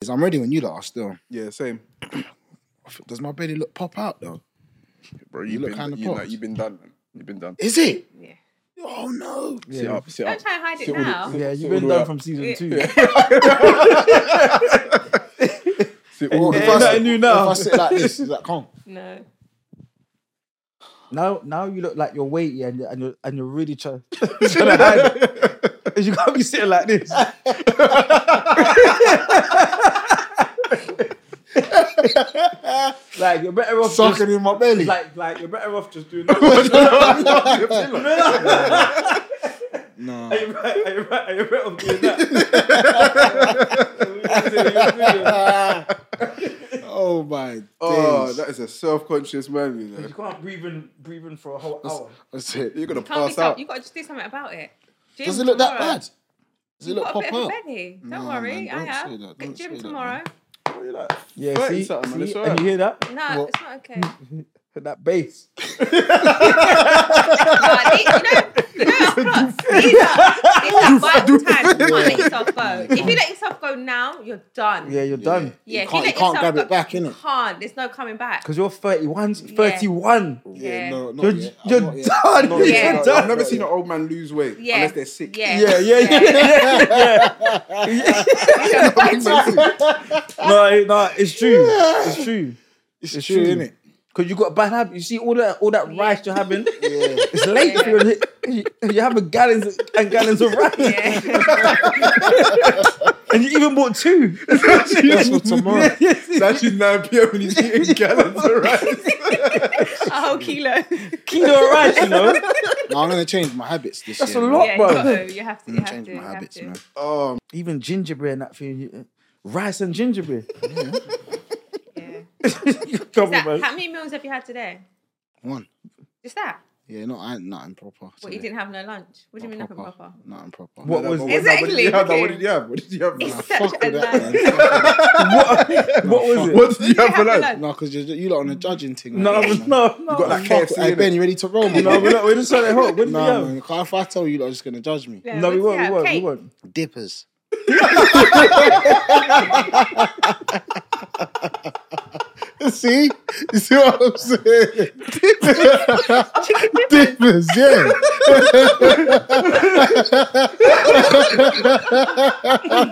Because I'm ready when you lot are still. Yeah, same. Does my belly look pop out though? Bro, You you've look been, kinda you, popped. like, you've been done. man. You've been done. Is it? Yeah. Oh no. Sit Yeah. up, sit Don't up. try and hide it Sit all the- now. sit- Yeah, sit you've all the been way done up. from season Yeah. two. Sit Or all the Ain't if I way up. nothing sit- new if now. I sit like this, it's like, come. No. Now, now you look like you're weighty and you're, and you're, and you're really trying to hide it. 'Cause You can't be sitting like this. like you're better off just, Sucking in my belly. like like you're better off just doing that. no. Are you right? Are you right? Are you better off doing that? Oh my days. Oh, that is a self-conscious man, you know. you can't breathe in, breathe in for a whole hour. That's it. You're gonna Can't be pass tough. out. You gotta just do something about it. Gym Does it look that tomorrow. bad? Does it You look got a pop bit out? of a belly. Don't No, worry, man, don't I say have. that, Get don't gym say that, tomorrow. You're like, Yeah, 30 see, something, man, see it's and alright. you hear that? No, What? it's not okay. That bass. Nah, these- you know, you know, plus, these are, these are vital times. You can't let yourself go. If you let yourself go now, you're done. Yeah, you're done. Yeah, You if can't- let you can't grab yourself go- it back, innit? You can't. There's no coming back. Because you're 31. Yeah. 31. Yeah, Yeah. no, not You're, yet. I'm you're not yet. done. Not You're yet, Yeah. not yet. done. I've never seen an old man lose weight Yeah. unless they're sick. Yeah. Yeah, yeah, yeah, yeah, yeah. no, no, it's true. It's true. It's, It's true, true. innit? Cause you got a bad habit. You see all that, all that Yeah. rice you're having. Yeah. It's late. Yeah. You're, you, you're having gallons and gallons of rice, Yeah. and you even bought two. That's for tomorrow. It's actually 9 p.m. and he's eating gallons of rice. A whole kilo. Kilo of rice, you know. No, I'm gonna change my habits this That's year. a man. lot. Yeah, you, bro. got to, you have to. I'm You gonna have change to. my you have habits, to. man. Oh, Even gingerbread and that thing. you- Rice and gingerbread. Yeah. Come That- on, man. how many meals have you had today? One. Just that? Yeah, not I nothing proper. What, you didn't have no lunch? What do you mean nothing proper? Nothing Oh, proper. What was- what, Exactly, did you have? What okay. did you have? What did you have? It's Fuck such with a that, lunch. man. What, what was it? What did you have for lunch? no, because you you lot on a judging thing. No, like, no, that, man. no. You got that Fuck, KFC, Hey, innit? Ben, you ready to roll, man? No, we're not. We're just trying to help. What did we Nah, have? man. 'cause If I tell you, you're just gonna judge me. Yeah, No, we what's won't. that? We won't. Cake. We won't. Dippers. see, you see what I'm saying? Dippers, yeah.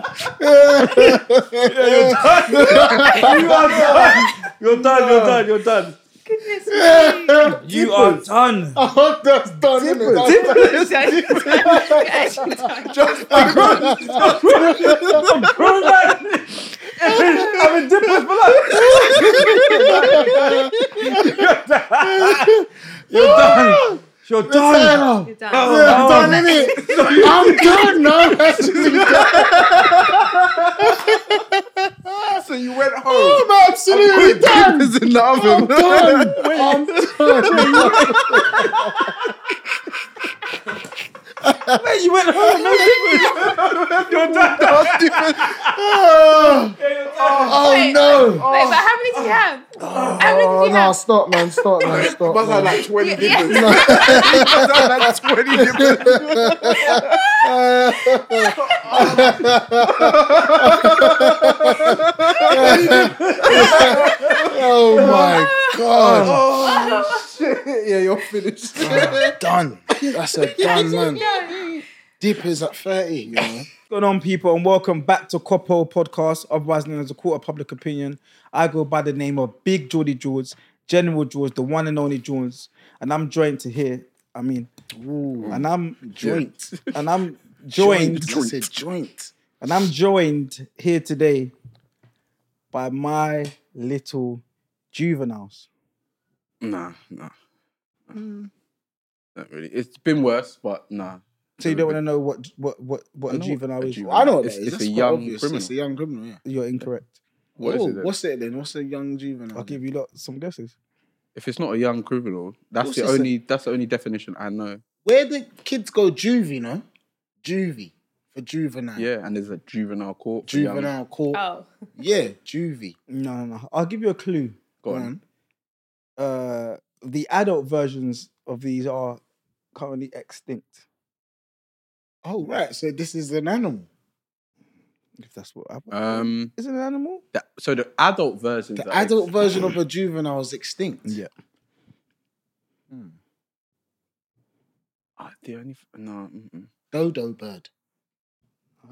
you are done. You're done. You're done. You're done. Goodness me. You are done. Oh, that's done. innit? That's Bro, man. I'm in dippers for life. You're done. You're done. done. You're done. Oh, I'm done, innit? I'm done now. That's just Ah, So you went home. I'm absolutely Oh, done. It's in the oven. done. I'm done. Man, you went home. No dippers. You're done. Oh, oh Wait, no. Wait, but how many did you have? How many Oh did you no, have? stop, man. Stop, man. Stop. Must have Man. like 20 Yeah, yeah. dippers. Must have like 20 dippers. Oh my god. Yeah, you're finished. done. That's a done man. Oh. Yeah. Dippers at 30, you know. What's going on, people, and welcome back to Coppo Podcast, otherwise known as the Court of Public Opinion. I go by the name of Big Geordie George, General George, the one and only George, and I'm joined to here. I mean, and I'm Joint. and I'm joined, That's a joint. and I'm joined here today by my little juveniles. Nah, nah. Mm. Not really. It's been worse, but nah. So you don't want to know what what what what a juvenile is? juvenile. I know what It's- that is. it's That's a quite young obvious. It's a criminal. young criminal, yeah. You're incorrect. What is Oh, it then? what's it then? What's a young juvenile? I'll give you lot some guesses. If it's not a young criminal, that's What's the this then? only that's the only definition I know. Where the kids go juvie, no? Juvie. For juvenile. Yeah, and there's a juvenile court. for young- Juvenile court. Oh, Yeah, juvie. No, no, no. I'll give you a clue. Go on. Um, Man. uh, the adult versions of these are currently extinct. Oh, right. So this is an animal. If that's what I, Um, is it an animal? the- so the adult versions. The are adult ex- version of a juvenile is extinct. Yeah. Ah, the only f- no. mm-mm. Dodo bird.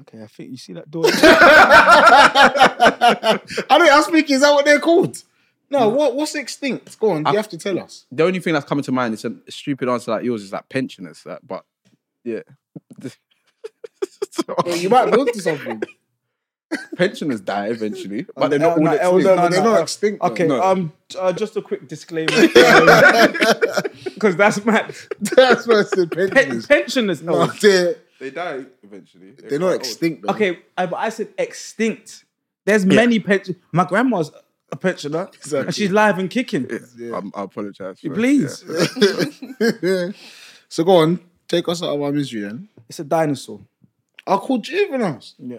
Okay, I think you see that door. I don't. I'm speaking. Is that what they're called? No. What? What's extinct? Go on. I- you have to tell us. The only thing that's coming to mind is a stupid answer like yours is like pensioners. Like, but yeah. Well, you might be onto something. pensioners die eventually, Oh, but they're not no, all no, extinct. elder- No, but they're no, not no. extinct. though. Okay, No. um, uh, just a quick disclaimer, because that's mad. that's what I said. Pe- Pensioners. pensioners, No, no. they're, They die eventually. They're, they're quite not old. extinct. Though. Okay, I, but I said extinct. There's many pension. My grandma's a pensioner, Exactly. and she's live and kicking. Yeah. I'm, I apologize. for- Please, yeah. so go on. Take us out of our misery then. it's a dinosaur. I call juveniles. Yeah,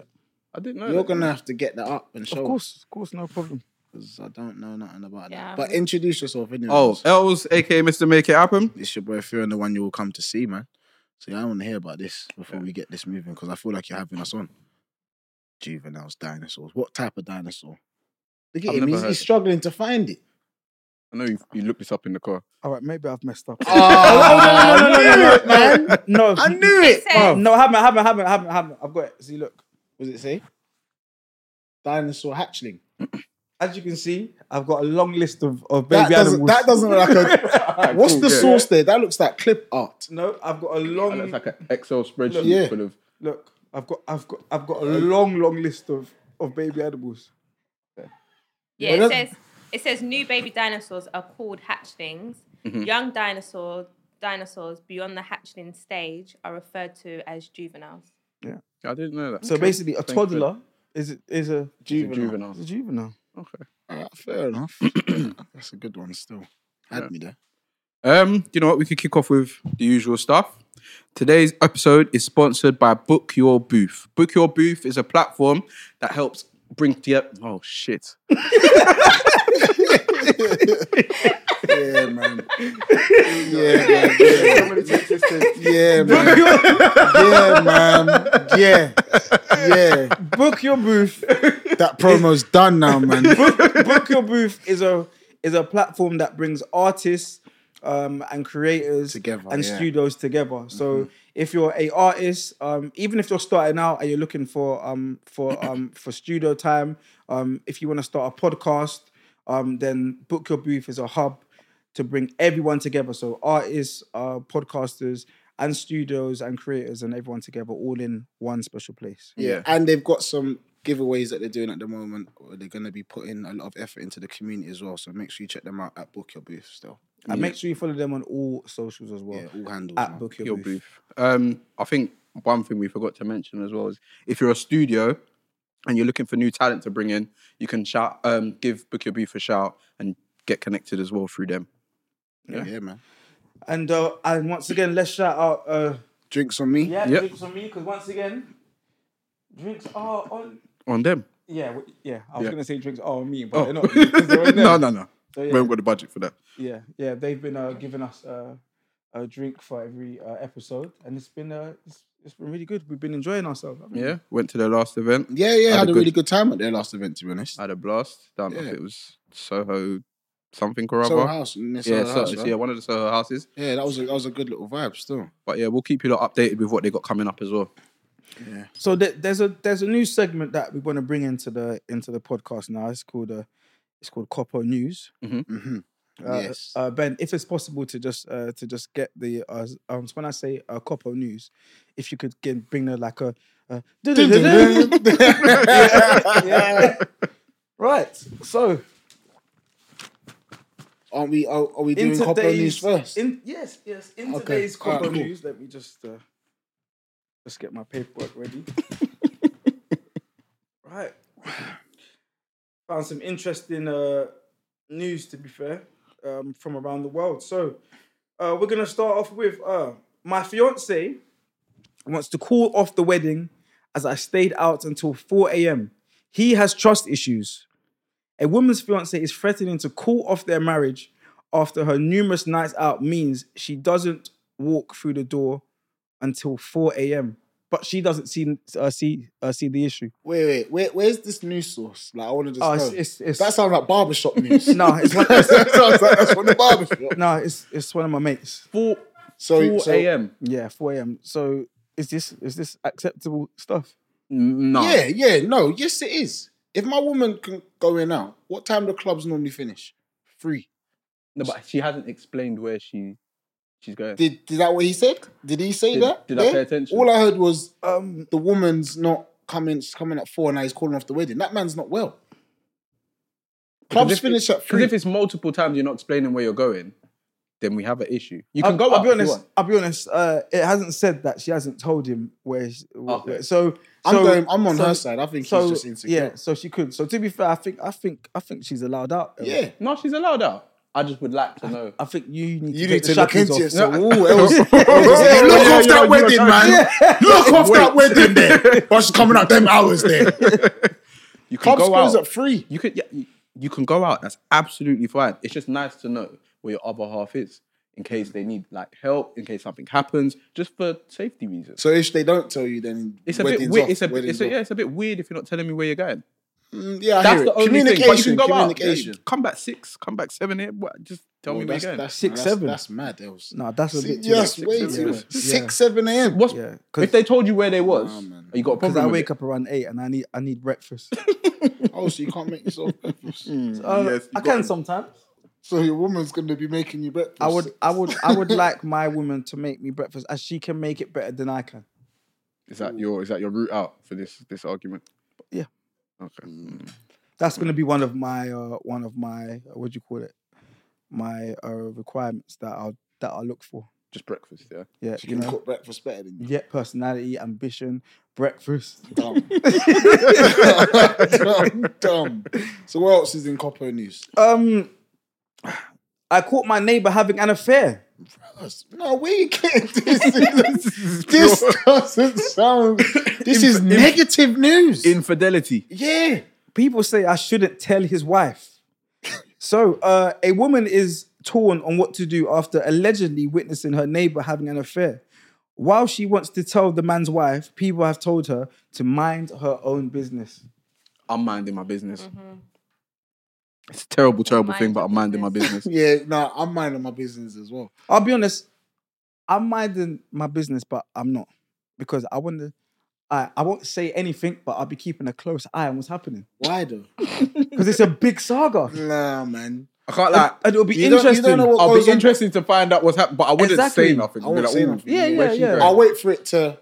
I didn't know. You're that. gonna have to get that up and show. of course, of course, no problem. 'cause I don't know nothing about Yeah, that. But I'm- introduce yourself anyway. Oh, Els, aka Mr. Make It Happen. it's your boy Fear and the one you will come to see, man. So yeah, I want to hear about this before we get this moving because I feel like you're having us on. Juveniles, dinosaurs. What type of dinosaur? Look at I've him. never He's, heard he's it. struggling to find it. I know you, you looked this up in the car. All right, maybe I've messed up. Oh, no, no, no, man. Uh, no, I knew it. no, Says, no, I haven't, I haven't, I haven't, I haven't, I haven't. I've got it. See, look. Was it say? Dinosaur hatchling. As you can see, I've got a long list of, of That baby doesn't, animals. that doesn't look like a. What's cool, the yeah. source there? That looks like clip art. No, I've got a That long looks like an Excel spreadsheet Yeah. full of. look. I've got, I've got, I've got a long, long list of of baby animals. yeah, Well, it that's- says it says new baby dinosaurs are called hatchlings. Young dinosaur dinosaurs beyond the hatchling stage are referred to as juveniles. I didn't know that. So basically, a Thank you. toddler is is a It's a juvenile. juvenile. It's a juvenile. Okay. Alright, fair enough. That's a good one still. Had me there. Um, do you know what? We could kick off with the usual stuff. Today's episode is sponsored by Book Your Booth. Book Your Booth is a platform that helps bring together. Oh shit! Yeah, man. yeah, man. Yeah. Yeah, man. yeah, man. Yeah. Yeah. Book your booth. That promo's done now, man. Book your booth is a is a platform that brings artists um, and creators Together, and yeah. Mm-hmm. studios together. So if you're a artist, um, even if you're starting out and you're looking for um, for um, for studio time, um, if you want to start a podcast, um, then Book Your Booth is a hub to bring everyone together. So artists, uh, podcasters, and studios and creators and everyone together, all in one special place. Yeah. And they've got some giveaways that they're doing at the moment where they're going to be putting a lot of effort into the community as well. So make sure you check them out at Book Your Booth still. And make sure you follow them on all socials as well. Yeah, all handles. At man. Book Your, Your Booth. Booth. Um, I think one thing we forgot to mention as well is if you're a studio and you're looking for new talent to bring in, you can shout, um, give Book Your Booth a shout and get connected as well through them. yeah. man. And uh, and once again, let's shout out. Uh, Drinks on me. yeah, Yep. drinks on me because once again, drinks are on. On them. Yeah, w- yeah. I was Yeah. Oh. gonna say drinks are on me, but they're not. 'cause they're on them. no, no, no. So, We yeah, haven't got the budget for that. yeah, yeah. They've been uh, giving us uh, a drink for every uh, episode, and it's been uh, it's, it's been really good. We've been enjoying ourselves. haven't we? Yeah. Went to their last event. Yeah, yeah. Had Had, a a good- really good time at their last event, to be honest. I had a blast down Yeah. if it was Soho something or other. Soho House. Yeah, yeah, Soho so, House, so right? yeah, one of the Soho houses. yeah, that was a, that was a good little vibe still. But yeah, we'll keep you lot updated with what they got coming up as well. So there- there's a there's a new segment that we want to bring into the into the podcast now. It's called uh, it's called Copper News. hmm Uh, yes. uh, Ben, if it's possible to just uh, to just get the uh, um, so when I say uh, Copo News, if you could get, bring the like a uh, yeah. right. So Aren't we? Are, are we in doing copper news today's first? in, yes, yes, in Okay. today's Copo Alright, cool. News, let me just uh, just get my paperwork ready. right, found some interesting uh, news. To be fair, um, from around the world. So uh, we're gonna start off with uh, my fiance wants to call off the wedding as I stayed out until 4 a.m. He has trust issues. A woman's fiance is threatening to call off their marriage after her numerous nights out means she doesn't walk through the door until 4 a.m. but she doesn't see uh, see uh, see the issue. Wait, wait, where, where's this news source? Like, I want to just Oh, know. it's, it's, it's that sounds like barbershop news. no, it's one, that sounds like that's from the barbershop. no, it's it's one of my mates. Four, So, 4 so yeah, a.m. Yeah, four a.m. So is this is this acceptable stuff? No. yeah, no, yes, it is. If my woman can go in out, what time do clubs normally finish? Three. No, but she hasn't explained where she she's going. Did, did that what he said? Did he say Did- that? did I Yeah? pay attention? All I heard was Um, the woman's not coming. She's coming at four, and now he's calling off the wedding. That man's not well. Clubs if it- finish at Because three. if it's multiple times you're not explaining where you're going, then we have an issue. You can I'll, go I'll up be if you honest. want. I'll be honest. Uh, it hasn't said that she hasn't told him where. She, Okay. where- so I'm so- going. I'm on so- her side. I think he's So just insecure. yeah, so she could. So to be fair, I think I think I think she's allowed out. Yeah. No, she's allowed out. I just would like to know. I think you need You to need take to the look shackles into off. yourself. Ooh, it was- it was- yeah, Look off yeah, yeah, that you wedding, were man. Look off that wedding there. But she's coming out them hours there. You can Clubs go goes out. at three. You could yeah, you, you can go out. That's absolutely fine. It's just nice to know where your other half is in case they need like help, in case something happens, just for safety reasons. So if they don't tell you, then It's a bit wedding's weird. off, It's a, wedding's it's a, yeah, off. it's a bit weird if you're not telling me where you're going. Mm, yeah, I That's hear the it. only communication, thing. But you can go communication. out. Yeah, come back six, come back seven. Here, what? Just tell me Well, where you're that's, going. that's, Six, that's, seven. That's mad. Else. No, that's a bit too Yes, much. way six, too seven. much. Six, seven a.m. What's Yeah, 'cause- if they told you where they was? Nah, man. you got a Because problem? I with wake it? up around eight and I need I need breakfast. Oh, so you can't make yourself breakfast. Uh, Yes, you I got can it. sometimes. So your woman's going to be making you breakfast. I would I would I would like my woman to make me breakfast as she can make it better than I can. Is that your is that your route out for this this argument? Yeah. Okay. Mm. That's going to be one of my uh, one of my uh, what do you call it? My uh, requirements that I'll that I look for. Just breakfast, yeah. Yeah, She you can know. cook breakfast better than you. Yeah, personality, ambition, breakfast. Dumb. dumb, dumb. So what else is in copper news? Um, I caught my neighbor having an affair. Us. No, where you getting this? this doesn't sound. This is negative news. Infidelity. yeah. People say I shouldn't tell his wife. So, uh, a woman is torn on what to do after allegedly witnessing her neighbor having an affair. While she wants to tell the man's wife, people have told her to mind her own business. I'm minding my business. It's a terrible, terrible Mind thing, but your Mm-hmm. I'm minding my business. business. Yeah, no, I'm minding my business as well. I'll be honest, I'm minding my business, but I'm not because I want to. I, I won't say anything, but I'll be keeping a close eye on what's happening Why though? because it's a big saga. Nah, man. I can't like. and it'll be You don't- you don't interesting. know what I'll goes be on- interested to find out what's happening, but I wouldn't Exactly. say nothing. I I'd be won't like, say "Ooh, nothing. Yeah, where's yeah, she yeah. going?" I'll wait for it to,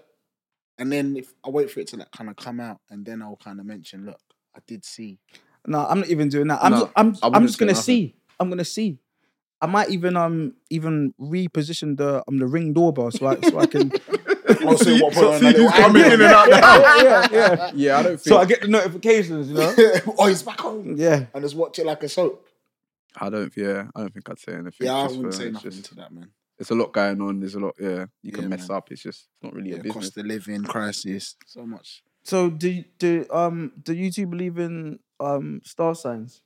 and then if I wait for it to like kind of come out, and then I'll kind of mention, look, I did see. No, I'm not even doing that. I'm No, just, I'm, I I'm wouldn't just say gonna nothing. see. I'm gonna see. I might even um even reposition the um the ring doorbell so I so I can I'll say what So, see who's coming in and out the house. Oh, yeah, yeah. Yeah, I don't think. so I get the notifications, you know. oh, he's back home. Yeah, And just watch it like a soap. I don't. Yeah, I don't think I'd say anything. Yeah, I just wouldn't for- say it's nothing just- to that, man. There's a lot going on. There's a lot. Yeah, you can Yeah, mess up. It's just it's not really a Yeah, business. cost of living crisis, so much. So do do um do you two believe in um star signs?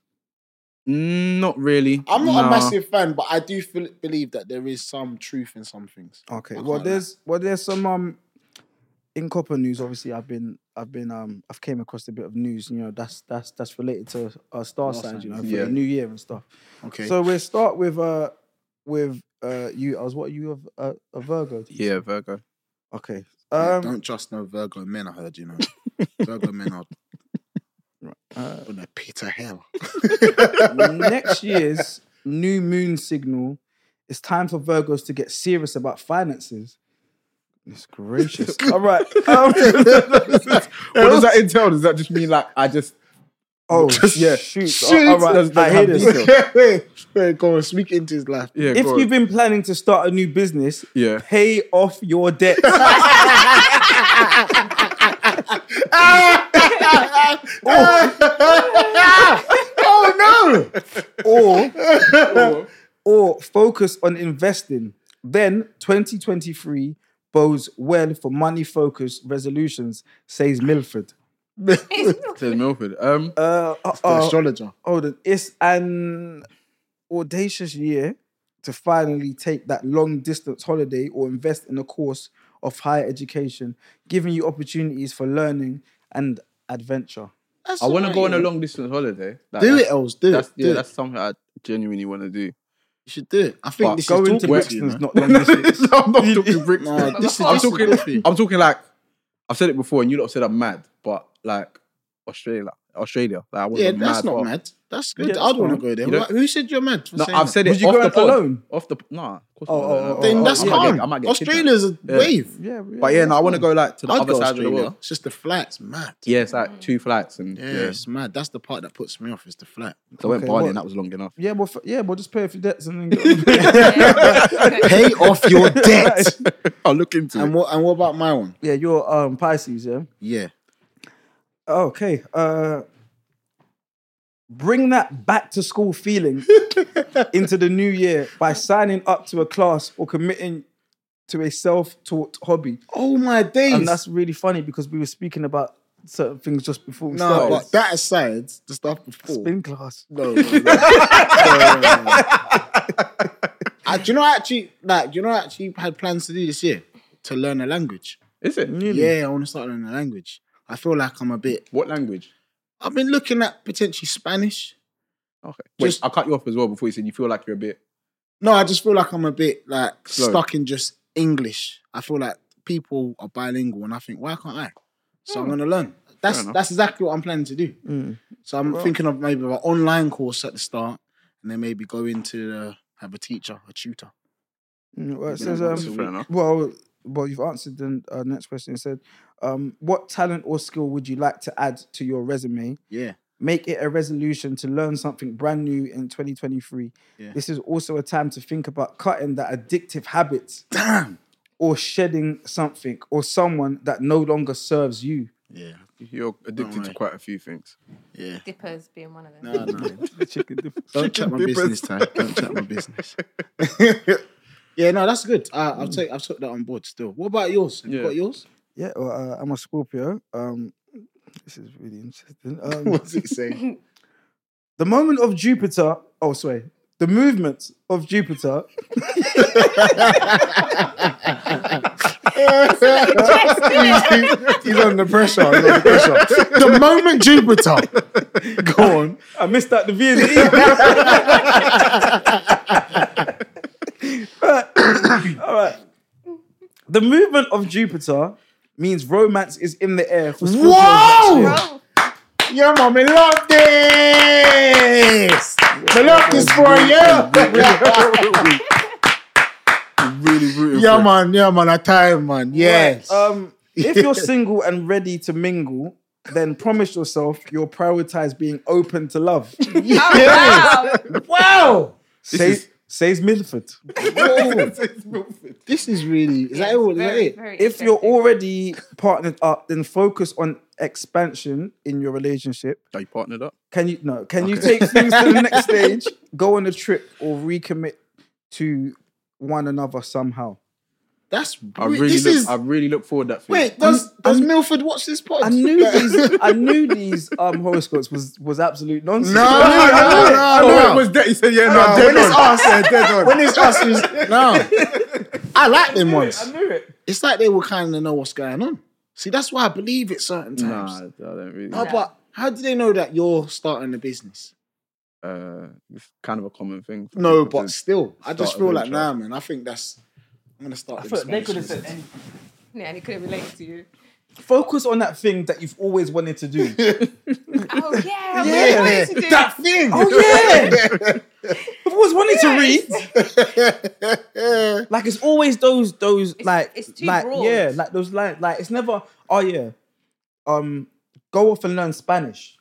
Mm, Not really. I'm not Nah. a massive fan, but I do feel, believe that there is some truth in some things. Okay. I Well, can't lie. there's well there's some um in copper news. Obviously, I've been I've been um I've came across a bit of news. You know, that's that's that's related to uh, star Star signs. You know, signs. for Yeah. the new year and stuff. Okay. So we'll start with uh with uh you. I was what you of uh, a Virgo. Yeah, Virgo. Okay. Yeah, Um. don't trust no Virgo men, I heard, you know. Virgo men are uh, on a pit of hell. next year's new moon signal. It's time for Virgos to get serious about finances. It's gracious. All right. Um, What does that entail? Does that just mean like I just oh yeah. Shoot. All right. Does- does I hear have this. detail? wait, wait, go on, speak into his life. yeah? If go on. you've been planning to start a new business, Yeah. pay off your debt. Oh no! or, or, or focus on investing. Then 2023 bodes well for money focused resolutions, says Milford. says Milford. Um, Uh, uh, The uh, astrologer. hold on. It's an audacious year to finally take that long distance holiday or invest in a course of higher education, giving you opportunities for learning and adventure. That's I want to alright, go on a you know. long distance holiday. Like, Do that's- it, Els. Do it. That's, yeah, do it. that's something I genuinely want to do. You should do it. I think But this Going is talking to to you, Brixton's man. not long distance. I'm not You- talking bricks. Nah, this is I'm this is talking- different. I'm talking like I've said it before, and you lot said I'm mad, but like Australia, Australia. Like, I wanna Yeah, go that's mad, not but- mad. That's Yeah, good. that's I'd want to fine. go there. You don't- Wha- Who said you're mad? For No, saying I've that? said it. Would you off go the out pod. alone? Off the nah. Of course Oh, not. oh, oh, I Then might that's get- calm. I might get kidnapped. Australia's a Yeah. wave. Yeah, yeah. But yeah, no, I want to go like to the I'd other go side of the Australia. world. It's just the flight's mad. Yeah, it's like two flights and Yeah, yeah. it's mad. That's the part that puts me off. Is the flight. So I went Okay, Bali what- and that was long enough. Yeah, well, f- yeah, well, just pay off your debts and then go. Pay off your debt. I'll look into and it. what? And what about my one? yeah, you're um, Pisces, yeah? Yeah. Okay. Uh, bring that back to school feeling into the new year by signing up to a class or committing to a self taught hobby. Oh my days. And that's really funny because we were speaking about certain things just before we no, started. but that aside, the stuff before. Spin class. No. no, no. No, no, no. I, Uh, do you know I actually like? Do you know I actually had plans to do this year to learn a language? Is it? Yeah, I want to start learning a language. I feel like I'm a bit. What language? I've been looking at potentially Spanish. Okay. Wait, Just- I cut you off as well before you said you feel like you're a bit. No, I just feel like I'm a bit like Slow. stuck in just English. I feel like people are bilingual, and I think why can't I? So I'm gonna learn. That's Hmm. enough. Hmm. that's exactly what I'm planning to do. So I'm thinking of maybe an online course at the start, and then maybe go into uh, have a teacher, a tutor. Mm, well, it Yeah, says, that's um, fair enough. well, well, you've answered the uh, next question. It said, um, what talent or skill would you like to add to your resume? Yeah, Make it a resolution to learn something brand new in 2023. Yeah. This is also a time to think about cutting that addictive habit damn. or shedding something or someone that no longer serves you. Yeah, You're addicted to worry. quite a few things. yeah. Dippers being one of them. No, no. Chicken dip- Don't check my dippers. business, Ty. Don't check my business. yeah, no, that's good. I, I'll take. I've took that on board. Still, what about yours? Have Yeah. you got yours? yeah, well, uh, I'm a Scorpio. Um, this is really interesting. Um, it saying? the moment of Jupiter. Oh, sorry. The movement of Jupiter He's under pressure. He's under pressure. The moment Jupiter. Go on. I missed out the V&E. E. All right. The movement of Jupiter means romance is in the air for Scorpios next year. Oh, Whoa! Yo, man, we love this. We love this for you. Really rooting yeah, for man. Yeah, man. A time, man. Yes. Um, if you're single and ready to mingle, then promise yourself you'll prioritize being open to love. Oh, wow. wow. Say, is- says Milford. This is really. Is that all? Is that Very, it? very If you're interesting. already partnered up, then focus on expansion in your relationship. Are you partnered up? Can you no? Can you take things to the next stage? Go on a trip or recommit to one another somehow. That's. I really, this look, is. I really look forward to that. Thing. wait. Does Does Milford watch this pod? I knew these. I knew these um, horoscopes was was absolute nonsense. No, I knew it, I knew it. no, no, no. Oh, dead. He said, "Yeah, No, when it's us, when it's us, it's, no. I like them ones. I knew it. It's like they will kind of know what's going on. See, that's why I believe it certain Nah, times. I don't really. How about how do they know that you're starting a business? Uh, it's kind of a common thing. for No, people but to- still, I just start a feel like venture. nah, man. I think that's. I'm gonna start. with this one. anything. Yeah, and he couldn't relate to you. Focus on that thing that you've always wanted to do. Oh, yeah. Yeah. What did you do? that thing. oh yeah, I've always wanted to read. yeah. Like it's always those those like it's too like broad. yeah like those like like it's never oh yeah, um go off and learn Spanish.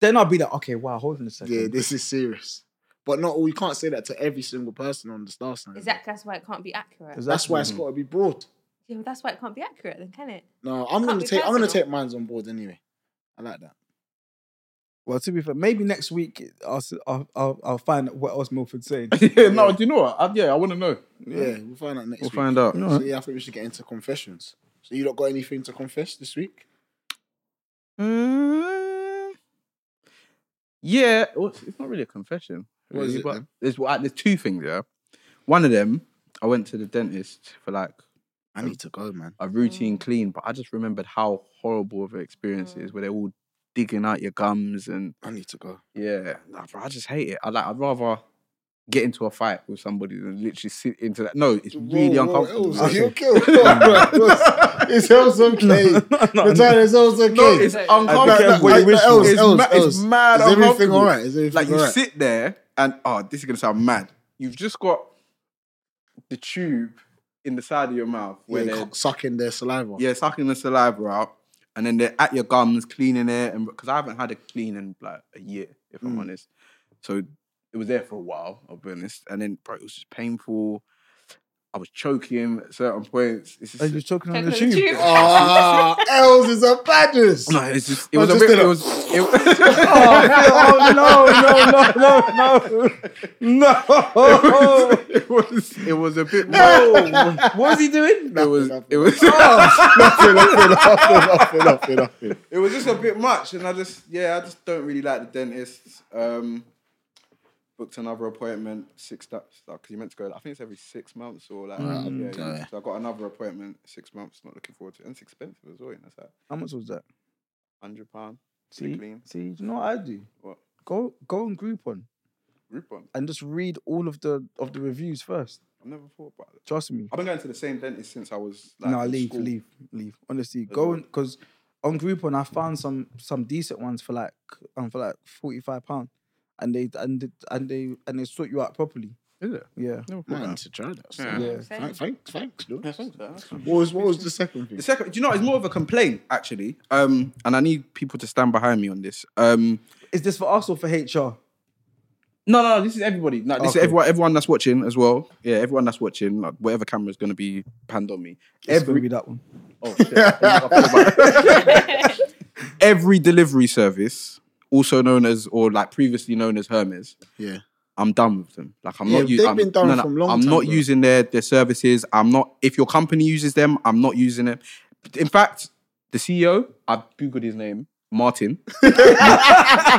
Then I'll be like okay wow hold on a second yeah, this is serious. But not all. You can't say that to every single person on the star sign. Exactly. That's why it can't be accurate. Is that- That's why Mm-hmm. it's got to be broad. Yeah, well, that's why it can't be accurate, then, can it? No, I'm Can't gonna be take. I'm gonna personal. take mine's on board anyway. I like that. Well, to be fair, maybe next week I'll s- I'll, I'll, I'll find out what else Milford's saying. yeah, no, do you know what? I, yeah, I want to know. Yeah, we'll find out next We'll week. find out. So yeah, I think we should get into confessions. So you not got anything to confess this week? Mm, yeah, well, it's- it's not really a confession. What is really, it but then? there's, well, there's two things. Yeah, one of them, I went to the dentist for like I need to go, man. a Mm. routine clean, but I just remembered how horrible of an experience it is where they're all digging out your gums and I need to go. yeah, nah, bro, I just hate it. I like I'd rather get into a fight with somebody than literally sit into that. No, it's really uncomfortable. Elsa, you killed. It's Elsa okay. no, Natalia, it's Elsa okay. No, it's I don't care uncomfortable. what you It's wish for. Else, ma- else, It's else. mad. Is everything uncomfortable. all right? Is everything Like you all right? sit there and oh, this is gonna sound mad. You've just got the tube in the side of your mouth where Yeah, they're co- sucking their saliva. Yeah, sucking the saliva out, and then they're at your gums, cleaning it, and because I haven't had a clean in like a year, if Hmm. I'm honest. So it was there for a while, I'll be honest, and then bro, it was just painful. I was choking at certain points. It's just, Are you choking on the Chocolate tube? tube. Ah, Els is a badness. no, it's just it I was a just bit. did It a- was. It, Oh no, no, no, Oh. no, no, no. it was. It was a bit. More, Oh, what was he doing? it was. It was. nothing, nothing, nothing. It was just a bit much, and I just yeah, I just don't really like the dentist. Um, booked another appointment six because you meant to go. I think it's every six months or like Mm, yeah, okay. yeah. So I got another appointment six months. Not looking forward to, it. and it's expensive as well. You know, it's like How much was that? hundred pound. See, clean. see, you know what I do? What Go, go on Groupon Groupon? and just read all of the of the reviews first. I've never thought about it. Trust me. I've been going to the same dentist since I was like no, in leave, school. leave, leave. Honestly, go and because on Groupon I found some some decent ones for like um for like forty five pound, and they and they, and they and they sort you out properly. Is it? Yeah, Never thought Man, I about need to try that. So. Yeah. yeah. Thank- Thanks, thanks, dude. it. Yeah, that's- What was, what was the second thing? The second, do you know, it's more of a complaint actually, um, and I need people to stand behind me on this. Um, Is this for us or for HR? No, no, no, this is everybody. No, this Okay. is everyone, everyone that's watching as well. Yeah, everyone that's watching, like, whatever camera's going to be panned on me. It's gonna Every, be that one. oh, shit, I forgot about it. every delivery service, also known as, or like previously known as Hermes, Yeah. I'm done with them. Like I'm Yeah, not. u- they've I'm, been done from long I'm time, not bro. using their their services. I'm not. If your company uses them, I'm not using them. In fact, the CEO, I googled his name, Martin.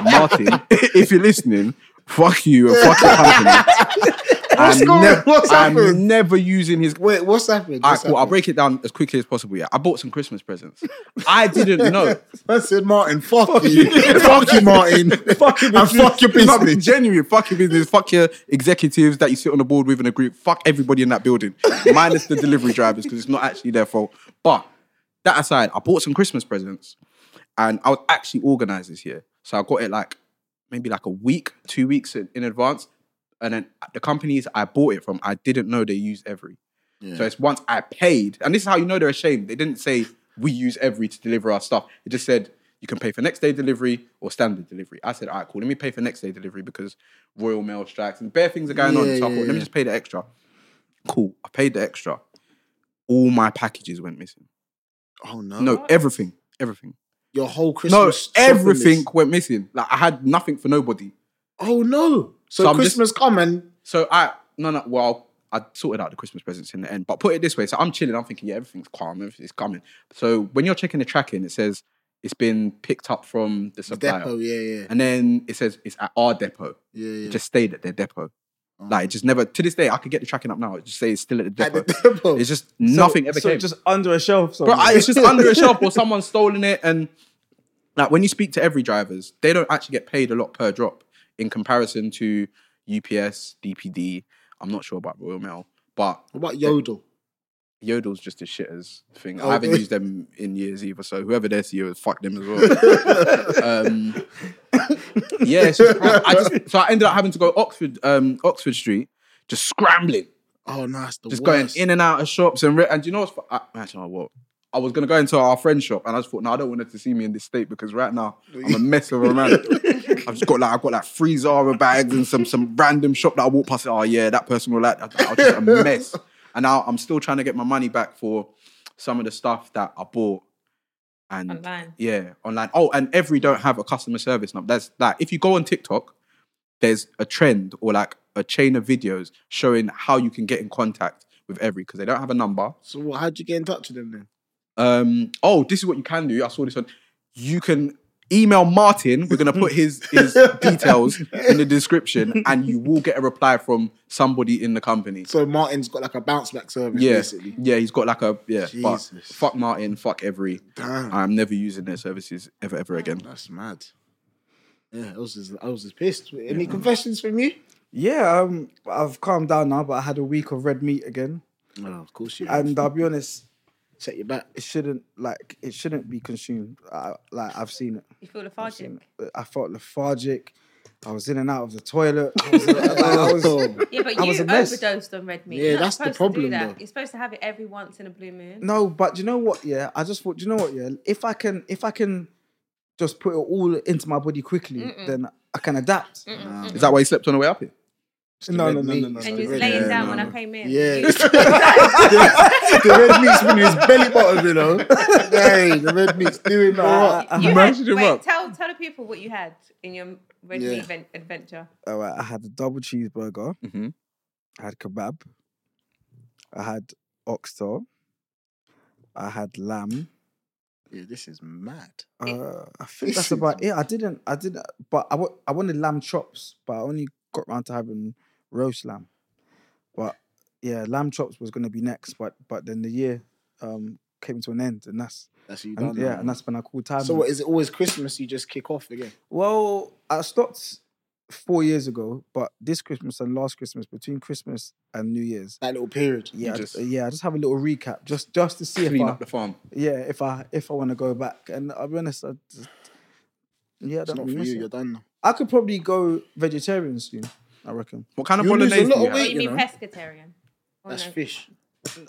Martin, if you're listening, fuck you and fuck your company. What's I'm, going- nev- what's happened? I'm never using his. Wait, what's happened? All right, What's cool. I'll happened? break it down as quickly as possible. Yeah, I bought some Christmas presents. I didn't know. I said, Martin, fuck, you. fuck you, Martin. fuck you, and fuck your It's not been business. genuine. Fuck your business. Fuck your executives that you sit on the board with in a group. Fuck everybody in that building, minus the delivery drivers because it's not actually their fault. But that aside, I bought some Christmas presents, and I was actually organised this year, so I got it like maybe like a week, two weeks in, in advance, and then the companies I bought it from, I didn't know they use every. So it's once I paid, and this is how you know they're ashamed. They didn't say we use every to deliver our stuff. It just said you can pay for next day delivery or standard delivery. I said, all right, cool. Let me pay for next day delivery because Royal Mail strikes and bare things are going on. So Yeah, I thought, yeah, let me yeah. just pay the extra. Cool. I paid the extra. All my packages went missing. Oh, no. No, everything, everything. Your whole No, Christmas. shopping everything list. went missing. Like I had nothing for nobody. Oh, no. So, So I'm just- Christmas come and So I no no well I sorted out the Christmas presents in the end, but put it this way: so I'm chilling, I'm thinking, yeah, everything's calm, everything's coming. So when you're checking the tracking, it says it's been picked up from the supplier, depot. Yeah, yeah. and then it says it's at our depot. Yeah, It yeah. Oh. just stayed at their depot. Like it just never to this day I could get the tracking up now. It just says it's still at the At depot. the depot. It's just nothing so, ever so came. just under a shelf. Bro, Somewhere. I- it's just under a shelf or someone's stolen it. And like when you speak to every drivers, they don't actually get paid a lot per drop in comparison to UPS, DPD. I'm not sure about Royal Mail, but What about Yodel? Yodel's just as shit as thing. Oh, I haven't really? used them in years either. So whoever their CEO is, fuck them as well. um, yeah, it's just- I just, so I ended up having to go Oxford, um, Oxford Street, just scrambling Oh, no, it's the just worst. going in and out of shops and re- and you know what's fu- I, actually no, what I was gonna go into our friend's shop and I just thought no I don't want her to see me in this state because right now I'm a mess of a man. I've just got like I've got like three Zara bags and some some random shop that I walk past. Oh yeah, that person will like that. I was just a mess. And now I'm still trying to get my money back for some of the stuff that I bought. And Online. yeah, online. Oh, and every don't have a customer service number. That's like if you go on TikTok, there's a trend or like a chain of videos showing how you can get in contact with every because they don't have a number. So, what, how'd you get in touch with them then? Um, oh, this is what you can do. I saw this on. You can Email Martin. We're gonna put his his details in the description, and you will get a reply from somebody in the company. So Martin's got like a bounce back service, Yeah, basically. yeah, he's got like a yeah. But Jesus. fuck Martin, fuck every. Damn. I'm never using their services ever, ever again. That's mad. Yeah, I was just, I was just pissed. Any confessions from you? Yeah, um, I've calmed down now, but I had a week of red meat again, No, of course you. and I'll be honest, uh, set you back. it shouldn't like it shouldn't be consumed. I, like I've seen it. You feel I've seen lethargic. it. I felt lethargic. I was in and out of the toilet. I was, like, Oh. I was- Yeah, but I you was a mess. overdosed on red meat. Yeah, You're not that's the supposed to do problem, that. though. You're supposed to have it every once in a blue moon. no, but you know what? Yeah, I just thought. You know what? Yeah, if I can, if I can, just put it all into my body quickly, then I can adapt. Is that why he slept on the way up here? No, red no, no, meat. no, no, no. And you was red laying meat. down Yeah, when no, I came in. Yeah. You- the red meat's been in his belly button, you know. hey, the red meat's doing Nah, that. I- You had, Imagine him wait, up. tell tell the people what you had in your red Yeah. meat ven- adventure. All right, I had a double cheeseburger. Mhm. I had kebab. I had oxtail. I had lamb. Yeah, this is mad. Uh, I think that's about it. I didn't. I didn't. But I wa- I wanted lamb chops, but I only got round to having roast lamb. But yeah, lamb chops was gonna be next, but but then the year um came to an end, and that's That's what you and, done. yeah, now. and that's when I called time. so what, is it always Christmas you just kick off again? Well, I stopped four years ago, but this Christmas and last Christmas, between Christmas and New Year's, That little period. Yeah, I just- ju- yeah. I just have a little recap, just just to see if Clean I, up the farm. yeah, if I if I want to go back. And I'll be honest, I just, yeah, I It's don't not for really you. miss it. You're done now. I could probably go vegetarian soon. I reckon. What kind of You lose a bolognese lot do you of have? What Wait, you you mean know. pescatarian? Or That's Oh, no? fish.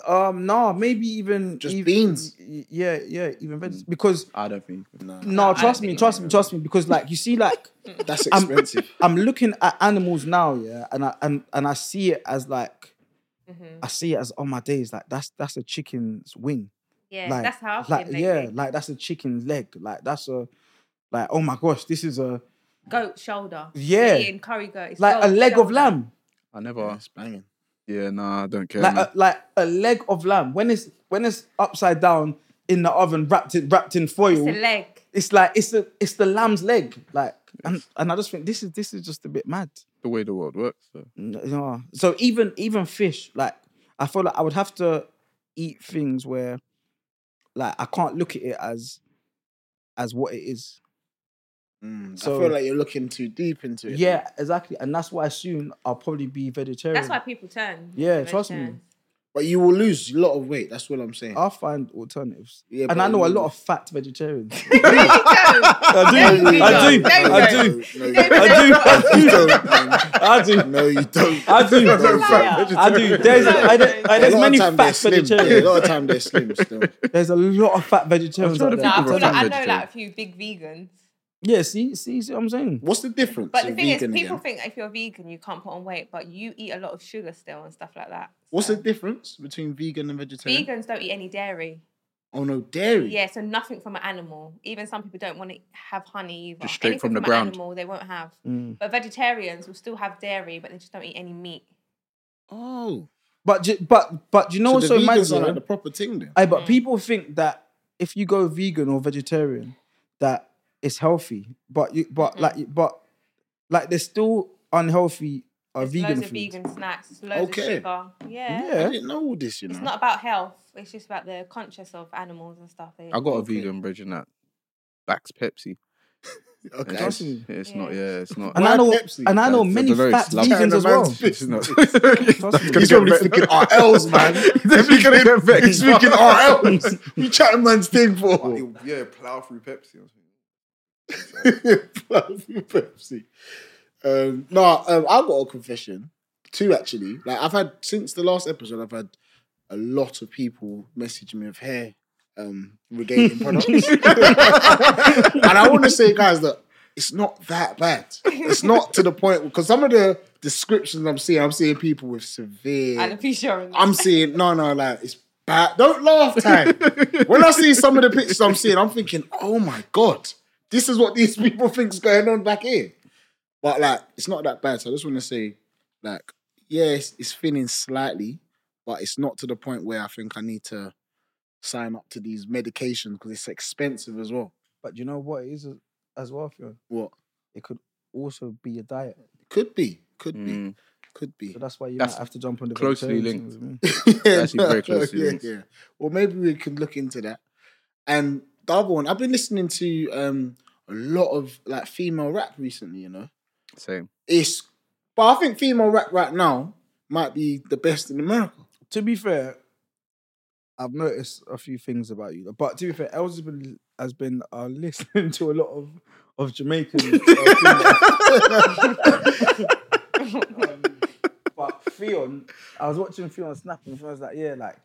Um, no, maybe even Just ev- beans. y- Yeah, yeah, even veg- because I don't think. No, no, trust me, think- trust me, trust me, because like you see, like that's I'm- expensive. I'm looking at animals now, yeah, and I and and I see it as like. Mm-hmm. I see it as on my days like that's that's a chicken's wing. Yeah, like, that's how I like feel. yeah, like that's a chicken's leg. Like that's a, like oh my gosh, this is a goat shoulder. Yeah. You're eating curry goat. It's like a goat leg of shoulder. lamb, I never. That's banging. Yeah, nah, I don't care. like Um, uh, man. a, like a leg of lamb. When it's when it's upside down in the oven, wrapped in wrapped in foil, It's it's, a leg. like it's the it's the lamb's leg. Like and, and I just think this is this is just a bit mad. the way the world works. So. N- No, so even even fish, like I feel like I would have to eat things where, like I can't look at it as, as what it is. Mm, So- I feel like you're looking too deep into it. Yeah, exactly. And that's why soon I'll probably be vegetarian. That's why people turn. Yeah, to trust me. vegetarians. But you will lose a lot of weight. That's what I'm saying. I'll find alternatives. Yeah, and but I know a you- lot of fat vegetarians. I do. I do. I do. I do. No, you don't. I do. No, you Liar. don't. I do. There's, I, there- I- A lot there's of many time fat they're slim. Yeah, a vegetarians. lot of time they're slim still. There's a lot of fat vegetarians. trying Out to People No, I, feel there. are like I know vegetarian. like a few big vegans. Yeah, see, see, see what I'm saying? What's the difference? But the in thing is, vegan people again? think if you're vegan, you can't put on weight, but you eat a lot of sugar still and stuff like that. What's So- the difference between vegan and vegetarian? Vegans don't eat any dairy. Oh no, dairy. Yeah, so nothing from an animal. Even some people don't want to have honey either. Just straight Anything from the an ground. animal they won't have. Mm. But vegetarians will still have dairy, but they just don't eat any meat. Oh, But ju- but but you know so what's the so vegans mad? are yeah? like the proper thing then. Aye, Mm. but people think that if you go vegan or vegetarian, that it's healthy. But you, but Mm. like, you- but like, there's still unhealthy uh, There's vegan loads food. of vegan snacks, loads Okay. of sugar. Yeah. I Yeah, didn't know all this, you know. It's not about health. It's just about the conscious of animals and stuff. eh? They I got a Okay. vegan version that backs Pepsi. okay. It's, Trust me. it's not. Yeah, it's not. and I Why know, Pepsi? and I know That's- many I don't know, fat it's love. vegans as well. It's not. It's He's gonna probably get thinking vexed. RLs, man. Definitely gonna get vexed. He's thinking RLs. You chatting man's thing for? Yeah, plow through Pepsi. Pepsi. Um, no, um, I've got a confession. Two actually. Like I've had since the last episode, I've had a lot of people message me of hair um regaling products. and I want to say, guys, that it's not that bad. It's not to the point because some of the descriptions I'm seeing, I'm seeing people with severe alopecia. and- I'm seeing no, no, like it's bad. Don't laugh, time. when I see some of the pictures I'm seeing, I'm thinking, oh my god, this is what these people think's going on back here. But like, it's not that bad. So I just want to say, like, yeah, it's, it's thinning slightly, but it's not to the point where I think I need to sign up to these medications because it's expensive as well. But you know what? It is a, as well, Fiona. What? It could also be your diet. Could be. Could be. Mm. Could be. So that's why you That's might have to jump on the closely vegetarian thing with me. yeah, actually very close to yeah, yours. yeah. Well, maybe we could look into that. And the other one, I've been listening to um a lot of like female rap recently. You know, Same. it's but I think female rap right now might be the best in America. To be fair, I've noticed a few things about you. But to be fair, Els has been, has been uh, listening to a lot of, of Jamaican. uh, females. Um, but Fion, I was watching Fion snap and Fion's like, yeah, like,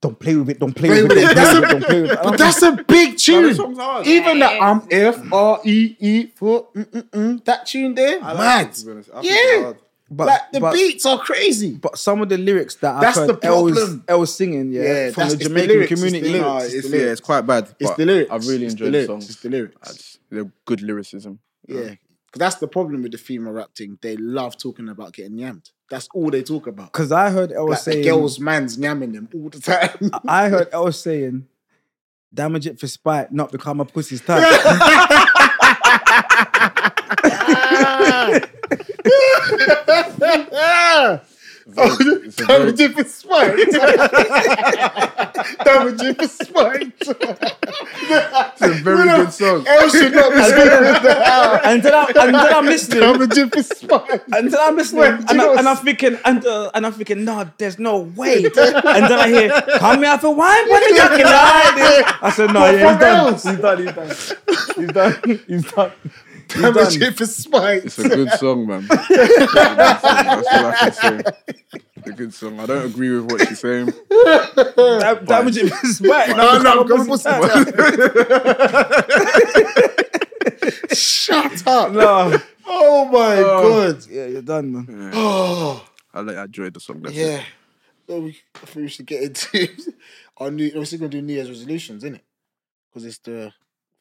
don't play with it, don't play, Play with, with it, it. don't play That's with it, a- don't play with it. And I'm But that's a big tune. Even Yeah, that it I'm F R E E for mm, mm, mm, that tune there, I like mad. it, to be honest. I think it's yeah, hard. But, like the but, beats are crazy. but some of the lyrics that That's I've the heard Els, problem. Els singing, yeah, Yeah, that's- from the it's the Jamaican lyrics, it's the community. lyrics. Nah, it's it's, the yeah, it's quite bad. It's but the lyrics. I really It's the enjoyed the, lyrics. songs. It's the lyrics. I just- They're good lyricism. Yeah, because that's the problem with the female rap thing. They love talking about getting yammed. That's all they talk about. Because I heard Els Like saying, the girls' man's yamming them all the time. I heard Els saying, damage it for spite, not become a pussy's type. Oh, Oh, It's a very- Damage for spite. Damage for spite. it's a very good song. L should not be speaking that. until, I, until I'm listening, Damage for spite. until I'm listening, do and, you know I, and I'm what's- thinking, and, uh, and I'm thinking, no, there's no way. and then I hear, come here for wine, but you can I said, no, yeah, he's done. else? He's done, he's done. He's done, he's done. He's done. Damage for It's spite. a good song, man. It's a good song, That's all I can say. It's a good song. I don't agree with what she's saying. Da- damage it for spite. No, no, not I'm become going a to pussy's type. Shut up. No. Oh my god. Yeah, you're done, man. Oh. I, like, I enjoyed the song. That's it. Yeah. So we, I think we should get into our new. We're still gonna do New Year's resolutions, isn't it? Because it's the